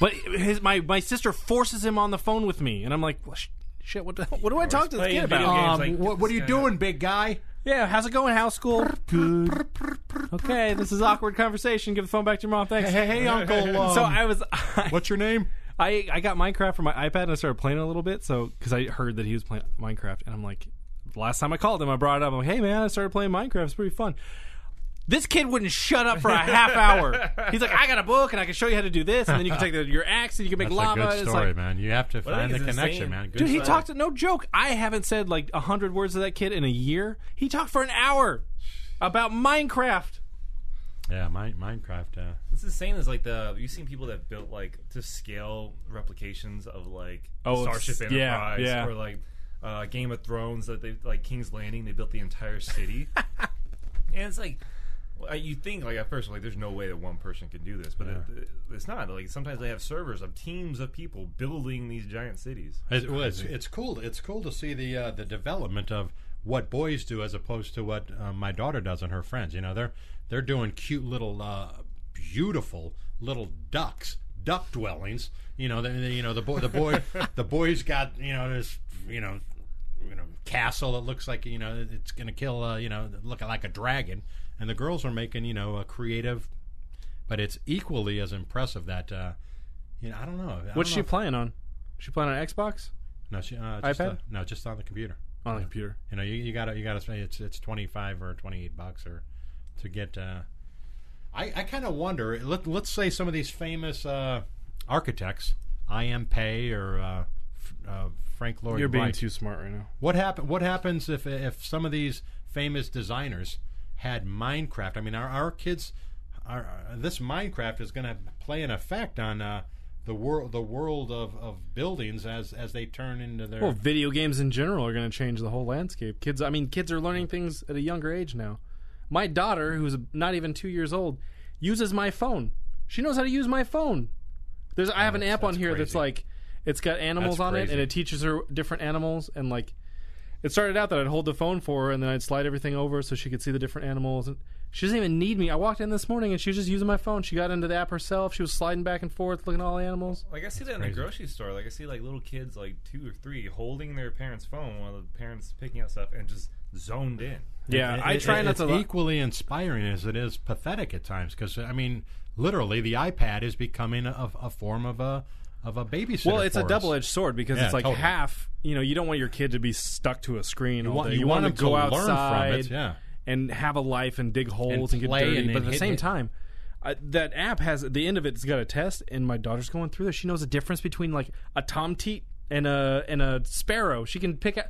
but his my, my sister forces him on the phone with me, and I'm like, well, sh- "Shit, what do, what do I talk to this playing kid video about?" Um, games. like, wha- what, this are you guy- doing, big guy? Yeah, how's it going? How's school? Good. Okay, this is awkward conversation. Give the phone back to your mom. Thanks. Hey, hey, Uncle. Um, So I was. what's your name? I I got Minecraft for my iPad and I started playing it a little bit. So because I heard that he was playing Minecraft, and I'm like, the last time I called him, I brought it up. I'm like, hey man, I started playing Minecraft. It's pretty fun. This kid wouldn't shut up for a half hour. He's like, I got a book and I can show you how to do this, and then you can take the, your axe and you can make That's lava. a and good it's story, like, man. You have to I find the think it's connection, insane. man. Good Dude, he story. talked no joke. I haven't said like a hundred words to that kid in a year. He talked for an hour about Minecraft. Yeah, Mi- Minecraft. Uh, It's insane. Is like the you've seen people that built like to scale replications of like Oh, Starship it's- yeah, Enterprise yeah. or like uh, Game of Thrones that they like King's Landing. They built the entire city, and it's like Well, I- you think like at first like there's no way that one person can do this, but it, it's not. Like sometimes they have servers of teams of people building these giant cities. It, well, it's, it's cool. It's cool to see the uh, the development of what boys do as opposed to what uh, my daughter does and her friends. You know, they're they're doing cute little, uh, beautiful little ducks, duck dwellings. You know, the, the- you know the boy the boy the boy's got you know this you know you know castle that looks like you know it's gonna kill uh, you know looking like a dragon, and the girls are making you know a creative, but it's equally as impressive that. Uh, you know, I don't know. I don't What's she know if- playing on? She playing on Xbox no, she, uh, just, iPad? uh, no, just on the computer. on the computer. You know, you, you gotta you gotta spend it's it's twenty five or twenty eight bucks or to get. Uh, I I kind of wonder. Let let's say some of these famous uh, architects, I.M. Pei or uh, F- uh, Frank Lloyd You're being Wright. too smart right now. What happen What happens if if some of these famous designers had Minecraft? I mean, our our kids, our, our- this Minecraft is going to play an effect on uh, the world the world of, of buildings as as they turn into their Well, video games in general are going to change the whole landscape. Kids, I mean, kids are learning things at a younger age now. My daughter, who's not even two years old, uses my phone. She knows how to use my phone. There's, I have an app on here that's crazy. like, it's got animals That's on it, and crazy. it teaches her different animals. And like, it started out that I'd hold the phone for her, and then I'd slide everything over so she could see the different animals. And she doesn't even need me. I walked in this morning, and she was just using my phone. She got into the app herself. She was sliding back and forth, looking at all the animals. Like I see that in the grocery store. Like I see like little kids like two or three holding their parents' phone while the parents picking out stuff and just zoned in. Yeah, It- I it- try not it's to. equally inspiring as it is pathetic at times because I mean, literally, the iPad is becoming a, a form of a of a babysitter. Well, it's a for us. double edged sword because Yeah, it's like totally. half. You know, you don't want your kid to be stuck to a screen all want- day. you You, want, want to them go to learn from it, outside, yeah. and have a life and dig holes and, play get dirty. and- but and at the hit- same hit- time, I, that app has the end of it's got a test, and my daughter's going through this. She knows the difference between like a tomteat and a and a sparrow. She can pick out.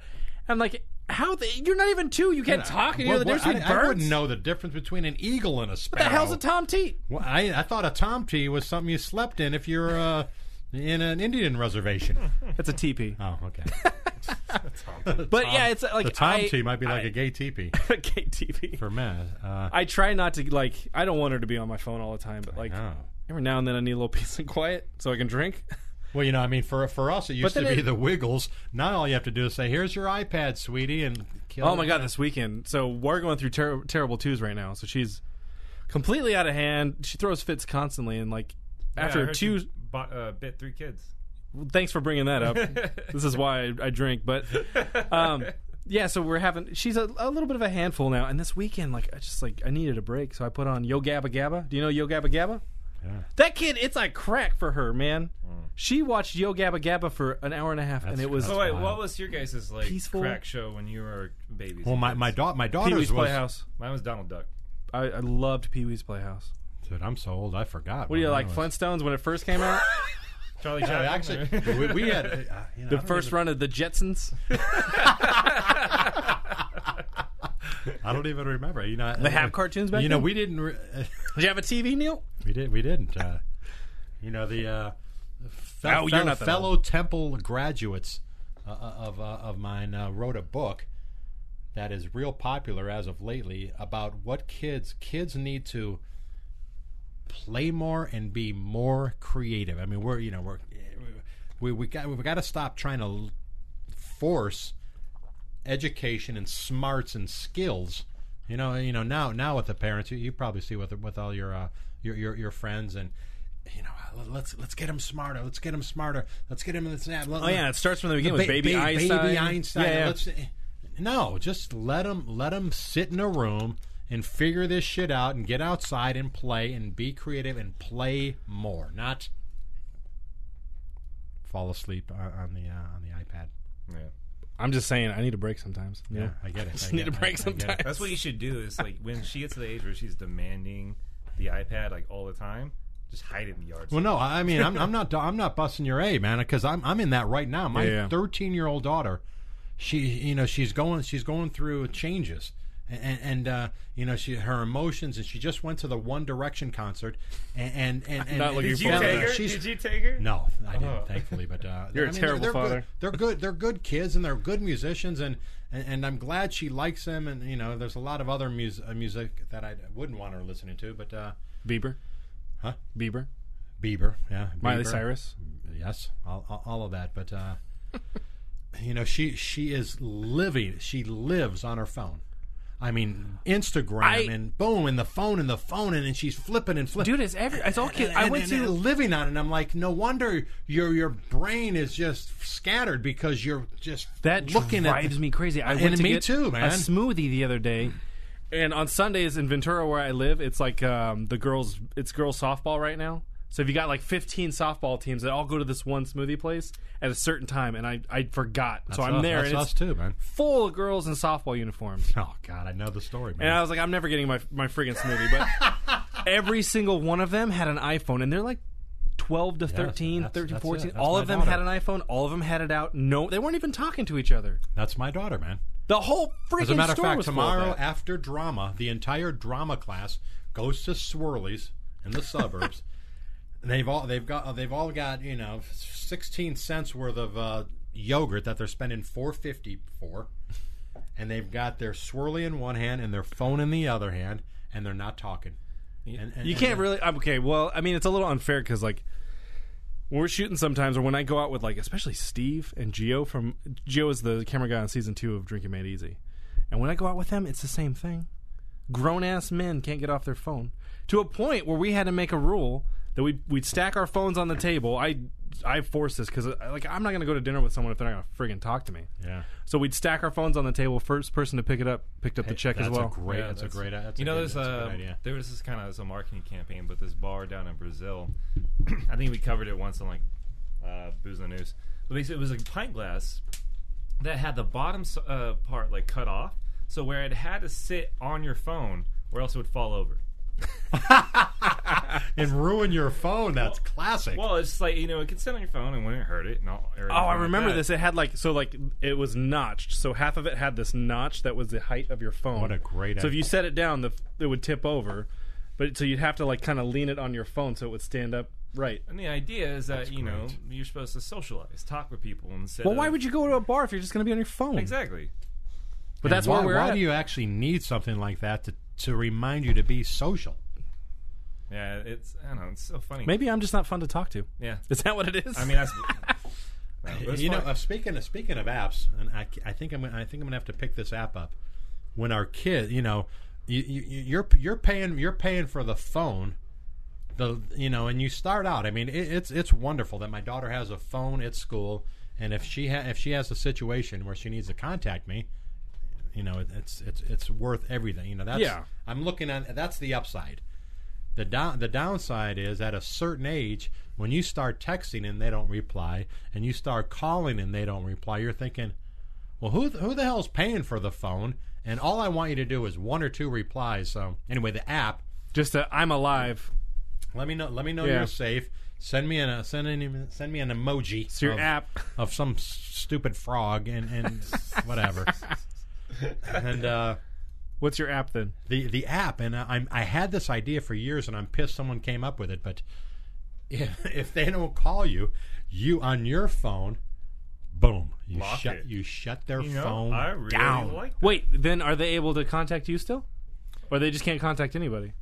I'm like, how the, you're not even two. You can't talk. And you know What- the what- difference I, between I birds. wouldn't know the difference between an eagle and a sparrow. What the hell's a tomteat? Well, I, I thought a tomty was something you slept in if you're uh, in an Indian reservation. That's a teepee. oh, okay. But yeah, it's like The tomty I, might be like a gay teepee okay, teepee. for men. Uh, I try not to like. I don't want her to be on my phone all the time, but like oh. every now and then I need a little peace and quiet so I can drink. Well, you know, I mean, for for us, it used to then be it- the Wiggles. Now all you have to do is say, "Here's your iPad, sweetie," and kill Oh my god, this weekend. So we're going through ter- terrible twos right now. So she's completely out of hand. She throws fits constly, and like Yeah, I after heard two. she bu- uh, bit three kids. Thanks for bringing that up. this is why I, I drink, but. Um, yeah, so we're having. She's a, a little bit of a handful now, and this weekend, like, I just like I needed a break, so I put on Yo Gabba Gabba. Do you know Yo Gabba Gabba? Yeah. Mm. That kid, it's like crack for her, man. She watched Yo Gabba Gabba for an hour and a half, and it was That's So wait, wild. what was your guys' like Peaceful. crack show when you were babies? Oh. Well, and my kids? my, da- my Pee Wee's daughter's was. Playhouse. mine was Donald Duck. I, I loved Pee Wee's Playhouse. Dude, I'm so old. I forgot. What do you like, Flintstones when it first came out? Charlie Chaplin. Actually, or- we, we had uh, you know, I the don't first even- run of the Jetsons, I don't even remember. You know, uh, They have cartoons back You know, then? we didn't. Re- Did you have a TV, Neil? we did. We didn't. Uh, you know the. Uh, fe- Oh, you're fel- not that fellow Temple graduates uh, uh, of uh, of mine uh, wrote a book that is real popular as of lately about what kids kids need to play more and be more creative. I mean, we're you know we're we we got we got to stop trying to l- force education and smarts and skills. You know, you know now now with the parents, you, you probably see with with all your uh, your, your your friends and you know let- let's let's get them smarter. Let's get them smarter. Let's get them in this. Let, Oh yeah, it starts from the beginning with Ba- Baby ba- Einstein. Baby Einstein. Yeah, yeah. Let's, eh, no, just let them let them sit in a room and figure this shit out and get outside and play and be creative and play more, not fall asleep on on the uh, on the iPad. yeah. I'm just saying, I need a break sometimes. You know? I get it. I need get- a break I- I get it. sometimes. That's what you should do. Is like when she gets to the age where she's demanding the iPad like all the time, just hide it in the yard. Well, no, I I mean, I'm, I'm not, I'm not busting your a man, because I'm, I'm in that right now. Yeah, yeah. My 13 year old daughter, she, you know, she's going, she's going through changes, and, and uh, you know she her emotions, and she just went to the One Direction concert, and and and, and Not looking and- Did you Yeah, take her? she's- Did you take her? no, I didn't, Oh. thankfully. But uh, You're a I mean, terrible they're, they're father. Good, they're good. They're good kids, and they're good musicians, and, and and I'm glad she likes them. And you know, there's a lot of other mus- uh, music that I wouldn't want her listening to, but uh, Bieber. Huh? Bieber. Bieber, yeah, Miley Bieber. Cyrus. yes, all, all- all of that. But uh, you know, she she is living. She lives on her phone. I mean, Instagram I- and boom, and the phone and the phone, and, then she's flipping and flipping. Dude, it's every. It's all kids. And, I went and- and to. living on it. And I'm like, no wonder your your brain is just scattered because you're just That looking drives at me crazy. I And went to me get too, man. a smoothie the other day, and on Sundays in Ventura where I live, it's like um, the girls. It's girls softball right now. So if you got like 15 softball teams that all go to this one smoothie place at a certain time, and I I forgot, so I'm us, there That's and us it's too, man. full of girls in softball uniforms. Oh God, I know the story, man. And I was like, I'm never getting my my friggin' smoothie. But every single one of them had an iPhone, and they're like 12 to 13, that's- 13, that's it. 14. That's all my of them daughter. had an iPhone. All of them had it out. No, they weren't even talking to each other. That's my daughter, man. The whole freaking As a matter of store fact, was full of tomorrow that. after drama, the entire drama class goes to Swirly's in the suburbs. And they've all they've got uh, they've all got you know sixteen cents worth of uh, yogurt that they're spending four fifty for, and they've got their Swirly in one hand and their phone in the other hand, and they're not talking. And, and, You and- uh, can't really. I'm Okay, well, I mean, it's a little unfair because like. When we're shooting sometimes, or when I go out with like, especially Steve and Geo from Geo is the camera guy on season two of Drinking Made Easy, and when I go out with them, it's the same thing. Grown ass men can't get off their phone to a point where we had to make a rule that we we'd stack our phones on the table. I I forced this because like I'm not gonna go to dinner with someone if they're not gonna friggin' talk to me. Yeah, So we'd stack our phones on the table. First person to pick it up picked up the check that's as well. a great. Yeah, that's, a great. That's you a know, good, there's that's a uh, good idea. there was this kind of some marketing campaign, but this bar down in Brazil, I think we covered it once on like uh, booze on the news. But basically, it was a pint glass that had the bottom s- uh, part like cut off, so where it had to sit on your phone, or else it would fall over. And ruin your phone. That's classic. Well, it's just like you know, it could sit on your phone and wouldn't hurt it. And all, or Oh, I anything like remember that. this. It had like so like it was notched. So half of it had this notch that was the height of your phone. What a great So if idea. you set it down, the it would tip over. But so you'd have to like kind of lean it on your phone so it would stand up right. And the idea is that you know you're supposed to socialize, talk with people instead. Well, of, why would you go to a bar if you're just going to be on your phone? exactly? But that's why, where we're why at. do you actually need something like that to to remind you to be social? Yeah, it's I don't know. It's so funny. Maybe I'm just not fun to talk to. Yeah. Is that what it is? I mean, that's. No, but it's you know, fun. uh, speaking of, speaking of apps, and I, I think I'm gonna- I think I'm gonna have to pick this app up. When our kid, you know, you, you you're you're paying you're paying for the phone, the you know, and you start out. I mean, it, it's it's wonderful that my daughter has a phone at school, and if she ha- if she has a situation where she needs to contact me, you know, it, it's it's it's worth everything. You know, that's Yeah. I'm looking at that's the upside. The down the downside is at a certain age when you start texting and they don't reply, and you start calling and they don't reply, you're thinking, well, who the, who the hell's paying for the phone? And all I want you to do is one or two replies. So anyway, the app. just a, I'm alive. Let me know. Let me know Yeah. you're safe. Send me an uh, send an send me an emoji. It's your of- app. of some s- stupid frog and and whatever. and uh, What's your app then? the the app and I, I'm I had this idea for years and I'm pissed someone came up with it but if, if they don't call you you on your phone boom you Lock shut it. you shut their You know, phone I really down like Wait, then are they able to contact you still? Or they just can't contact anybody?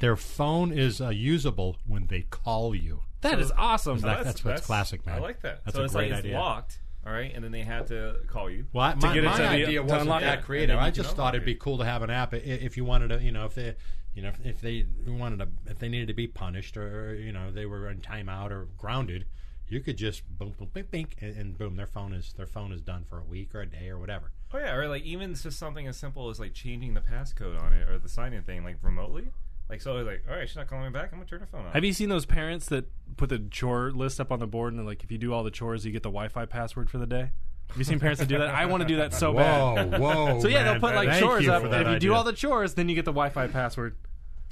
their phone is uh, usable when they call you That is awesome. that- that's what's classic, man. I like that. That's so a it's great like idea. it's locked, all right, and then they had to call you. well, I- my, get it my to the- idea to wasn't unlock that it. creative. And then I you just can thought it'd unlock be it. cool to have an app i- if you wanted to, you know, if they, you know, if they wanted to, if they needed to be punished or you know they were in timeout or grounded, you could just boom, boom, bing, bing, and, and boom, their phone is their phone is done for a week or a day or whatever. Oh yeah, or like even it's just something as simple as like changing the passcode on it or the sign-in thing, like remotely. Like so, I was like, all right, she's not calling me back. I'm gonna turn her phone off. Have you seen those parents that put the chore list up on the board and they're like, if you do all the chores, you get the Wi-Fi password for the day? Have you seen parents that do that? I want to do that so Oh, bad. whoa! So yeah, they'll put like chores up. If If you do all the chores, then you get the Wi-Fi password.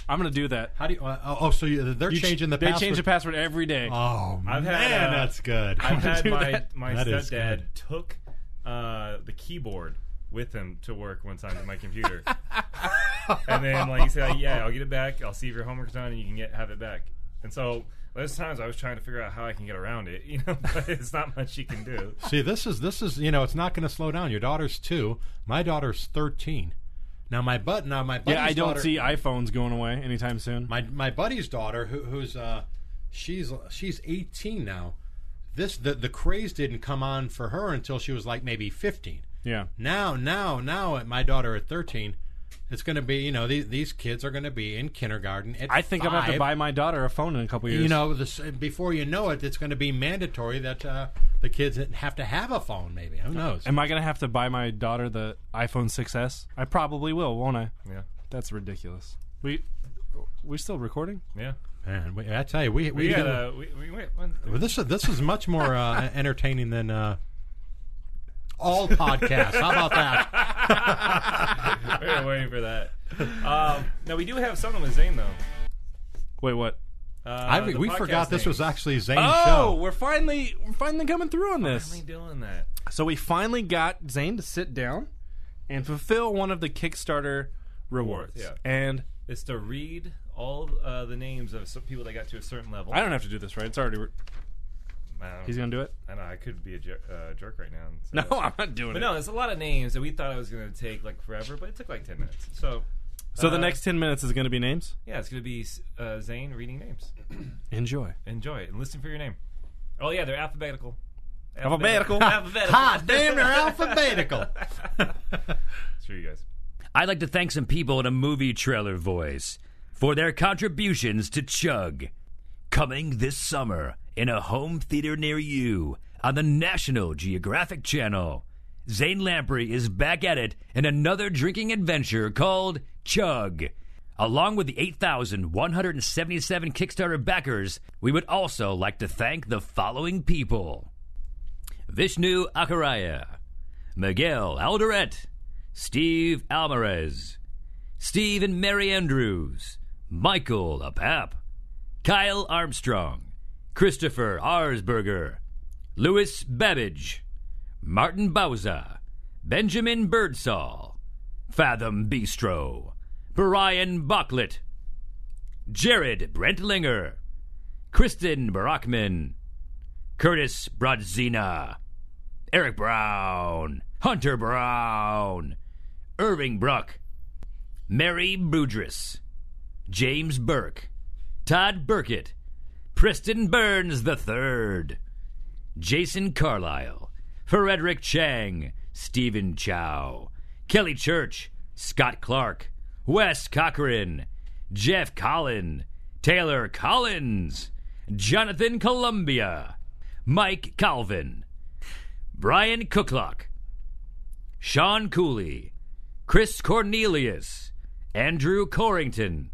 I'm gonna do that. how do you? Uh, oh, oh, so you, they're You ch- changing the They password. change the password every day. Oh man, I've had, uh, that's good. I've had do my that. my That is stepdad good. took uh, the keyboard with him to work one time to my computer. and then like he said, like, "Yeah, I'll get it back. I'll see if your homework's done, and you can get have it back." And so there's times I was trying to figure out how I can get around it, you know, but it's not much you can do. See, this is this is you know, it's not going to slow down. Your daughter's two. My daughter's thirteen. Now my but now my buddy's Yeah, I don't daughter- see iPhones going away anytime soon. my my buddy's daughter who, who's uh she's she's eighteen now. This the the craze didn't come on for her until she was like maybe fifteen. yeah. Now, now, now, at my daughter at 13, it's going to be, you know, these, these kids are going to be in kindergarten. At I think i I'm gonna have to buy my daughter a phone in a couple years. You know, this, before you know it, it's going to be mandatory that uh, the kids have to have a phone, maybe. Who knows? Am I gonna have to buy my daughter the iPhone 6S? I probably will, won't I? Yeah, That's ridiculous. We we still recording? yeah. Man, we, I tell you, we, we, We got do- uh, we, we went one. well, this, is, this is much more uh, entertaining than uh, all podcasts. How about that? We were waiting for that. Um, now we do have something with Zane though. Wait, what? Uh, I, the we podcast forgot this name. was actually Zane's Oh, show. we're finally we're finally coming through on Why this. am I doing that? So we finally got Zane to sit down and fulfill one of the Kickstarter rewards. Yeah. And It's to read all uh, the names of some people that got to a certain level. I don't have to do this, right? It's already re- I he's don't, gonna do it. I know I could be a jer- uh, jerk right now. and say No, that. I'm not doing But it. no, there's a lot of names that we thought I was going to take like forever, but it took like 10 minutes. So, so the uh, next ten minutes is gonna be names. yeah, it's going to be uh, Zane reading names. Enjoy. Enjoy it and listen for your name. Oh yeah, they're alphabetical. Alphabetical. alphabetical. Ah, damn, they're alphabetical. Sure, you guys. I'd like to thank some people in a movie trailer voice for their contributions to Chug. Coming this summer in a home theater near you on the National Geographic Channel. Zane Lamprey is back at it in another drinking adventure called Chug. Along with the 8,177 Kickstarter backers, we would also like to thank the following people Vishnu Akaraya, Miguel Alderette, Steve Alvarez, Steve and Mary Andrews, Michael Apap, Kyle Armstrong, Christopher Arsberger, Louis Babbage, Martin Bauza, Benjamin Birdsall, Fathom Bistro, Brian Bocklet, Jared Brentlinger, Kristen Brockman, Curtis Brodzina, Eric Brown, Hunter Brown, Irving Bruck, Mary Budris, James Burke, Todd Burkett, Preston Burns III, Jason Carlisle, Frederick Chang, Stephen Chow, Kelly Church, Scott Clark, Wes Cochran, Jeff Collin, Taylor Collins, Jonathan Columbia, Mike Calvin, Brian Cooklock, Sean Cooley, Chris Cornelius, Andrew Corrington,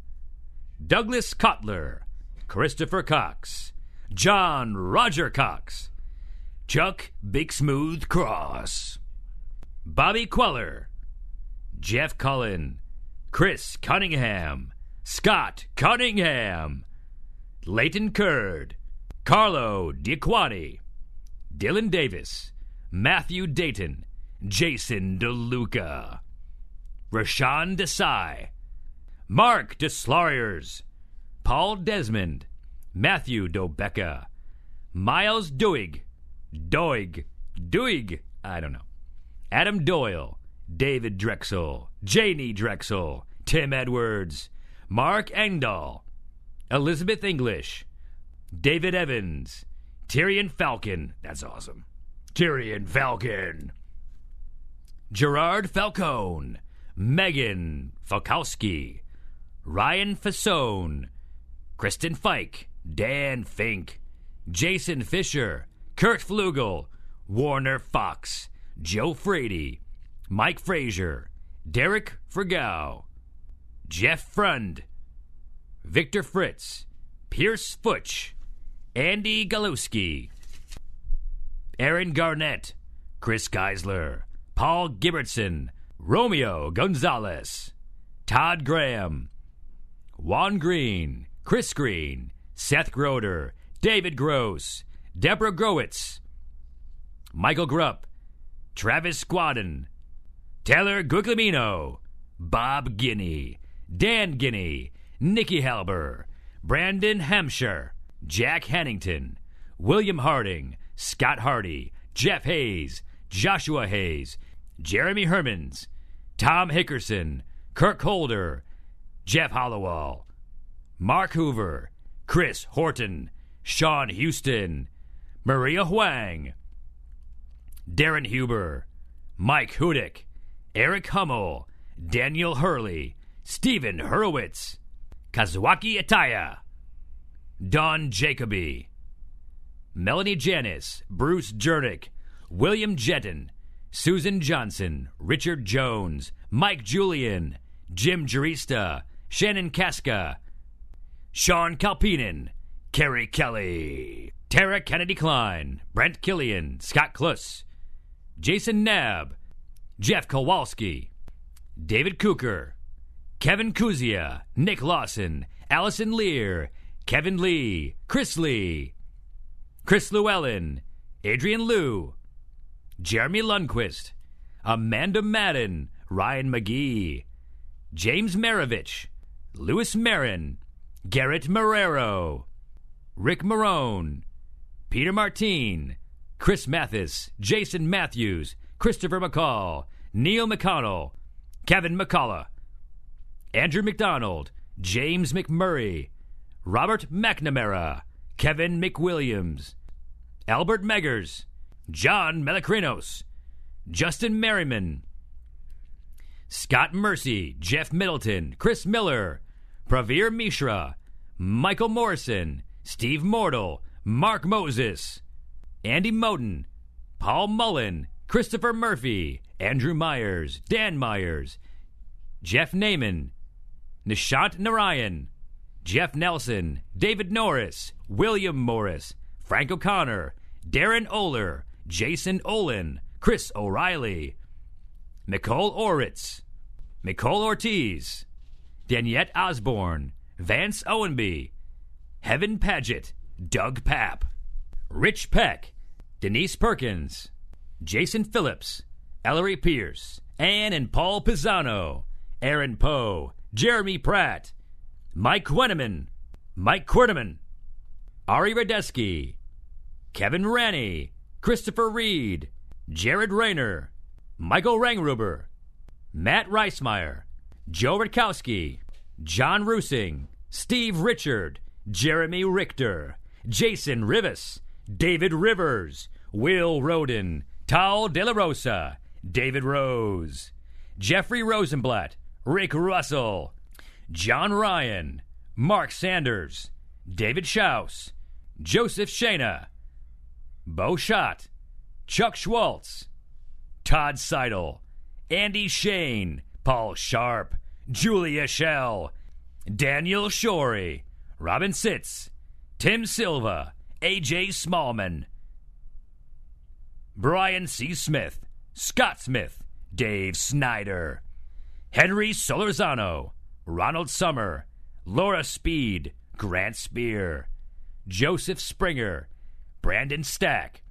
Douglas Cutler, Christopher Cox, John Roger Cox, Chuck Big Smooth Cross, Bobby Queller, Jeff Cullen, Chris Cunningham, Scott Cunningham, Leighton Curd, Carlo Diaquani, Dylan Davis, Matthew Dayton, Jason DeLuca, Rashawn Desai, Mark DeSlawyers, Paul Desmond, Matthew Dobecka, Miles Doig, Doig, Doig, I don't know, Adam Doyle, David Drexel, Janie Drexel, Tim Edwards, Mark Engdahl, Elizabeth English, David Evans, Tyrion Falcon, that's awesome, Tyrion Falcon. Gerard Falcone, Megan Falkowski, Ryan Fasone, Kristen Fike, Dan Fink, Jason Fisher, Kurt Flugel, Warner Fox, Joe Frady, Mike Frazier, Derek Fregow, Jeff Friend, Victor Fritz, Pierce Futch, Andy Galowski, Aaron Garnett, Chris Geisler, Paul Gibbertson, Romeo Gonzalez, Todd Graham, Juan Green, Chris Green, Seth Groder, David Gross, Deborah Growitz, Michael Grupp, Travis Squadden, Taylor Guglielmino, Bob Guinea, Dan Guinea, Nikki Halber, Brandon Hampshire, Jack Hannington, William Harding, Scott Hardy, Jeff Hayes, Joshua Hayes, Jeremy Hermans, Tom Hickerson, Kirk Holder, Jeff Hollowell, Mark Hoover, Chris Horton, Sean Houston, Maria Huang, Darren Huber, Mike Hudick, Eric Hummel, Daniel Hurley, Stephen Hurwitz, Kazuaki Ataya, Don Jacoby, Melanie Janis, Bruce Jernick, William Jetton, Susan Johnson, Richard Jones, Mike Julian, Jim Jurista, Shannon Casca, Sean Kalpinen, Kerry Kelly, Tara Kennedy Klein, Brent Killian, Scott Kluss, Jason Nab, Jeff Kowalski, David Cooker, Kevin Kuzia, Nick Lawson, Allison Lear, Kevin Lee, Chris Lee, Chris Llewellyn, Adrian Liu, Jeremy Lundquist, Amanda Madden, Ryan McGee, James Maravich, Louis Marin, Garrett Marrero, Rick Marone, Peter Martine, Chris Mathis, Jason Matthews, Christopher McCall, Neil McConnell, Kevin McCullough, Andrew McDonald, James McMurray, Robert McNamara, Kevin McWilliams, Albert Meggers, John Melacrinos, Justin Merriman, Scott Mercy, Jeff Middleton, Chris Miller, Praveer Mishra, Michael Morrison, Steve Mortal, Mark Moses, Andy Moten, Paul Mullen, Christopher Murphy, Andrew Myers, Dan Myers, Jeff Naiman, Nishant Narayan, Jeff Nelson, David Norris, William Morris, Frank O'Connor, Darren Oler, Jason Olin, Chris O'Reilly, Nicole Oritz, Nicole Ortiz, Daniette Osborne, Vance Owenby, Heaven Paget, Doug Papp, Rich Peck, Denise Perkins, Jason Phillips, Ellery Pierce, Ann and Paul Pisano, Aaron Poe, Jeremy Pratt, Mike Quenneman, Mike Querneman, Ari Radesky, Kevin Rennie, Christopher Reed, Jared Rayner, Michael Rangruber, Matt Reismeyer, Joe Rutkowski, John Rusing, Steve Richard, Jeremy Richter, Jason Rivas, David Rivers, Will Roden, Tal De La Rosa, David Rose, Jeffrey Rosenblatt, Rick Russell, John Ryan, Mark Sanders, David Schaus, Joseph Shana, Bo Schott, Chuck Schwartz, Todd Seidel, Andy Shane, Paul Sharp, Julia Shell, Daniel Shorey, Robin Sitz, Tim Silva, AJ Smallman, Brian C. Smith, Scott Smith, Dave Snyder, Henry Solorzano, Ronald Summer, Laura Speed, Grant Spear, Joseph Springer, Brandon Stack,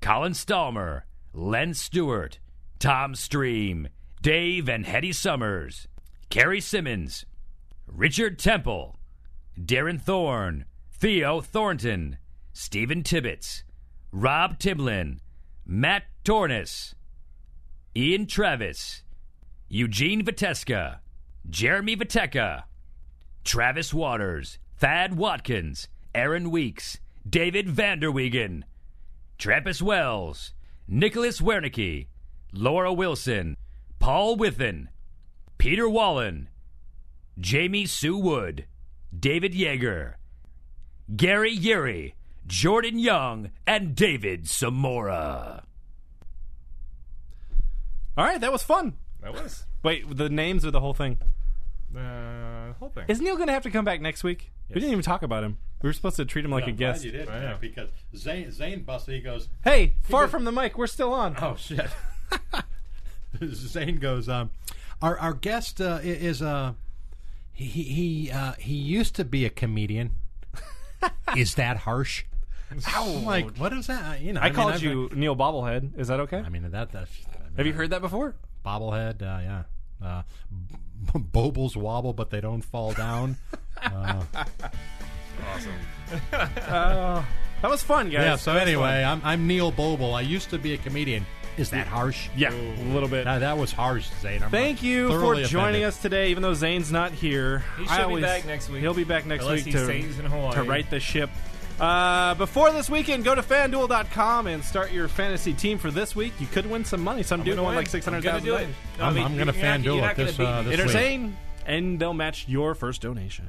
Colin Stalmer, Len Stewart, Tom Stream, Dave and Hetty Summers, Carrie Simmons, Richard Temple, Darren Thorne, Theo Thornton, Stephen Tibbets, Rob Timlin, Matt Tornis, Ian Travis, Eugene Viteska, Jeremy Viteka, Travis Waters, Thad Watkins, Aaron Weeks, David Vanderwegen, Trappist Wells, Nicholas Wernicke, Laura Wilson, Paul Withen, Peter Wallen, Jamie Sue Wood, David Yeager, Gary Yeary, Jordan Young, and David Samora. All right, that was fun. That was Wait, the names or the whole thing? the whole thing. Is Neil going to have to come back next week? We didn't even talk about him. We were supposed to treat him like a guest. you did, I know. because Zane, Zane busted. He goes, Hey, far from the mic, we're still on. "Oh shit!" Zane goes, um, "Our our guest uh, i- is uh, he he he, uh, he used to be a comedian. is that harsh?" I'm like, what is that? You know, I, called mean, I've- you Neil Bobblehead. Is that okay? I mean, that that's. I mean, have you heard that before? bobblehead. Uh, yeah, uh, b- bobbles wobble, but they don't fall down. That was fun, guys. yeah. So anyway, I'm, I'm Neil Boble. I used to be a comedian. Is that harsh? yeah, a little bit. That, that was harsh, Zane. I'm Thank uh, you for thoroughly joining offended. us today, even though Zane's not here. He I should be always- back next week. He'll be back next Unless week he to, stays in Hawaii. to right the ship. Uh, before this weekend, go to fanduel.com and start your fantasy team for this week. You could win some money. Some dude gonna won win. like I'm six hundred gonna do it. thousand. No, I'm- I mean, I'm gonna you're not- FanDuel you're it not gonna this, beat uh, me. this week. Entertain, and they'll match your first donation.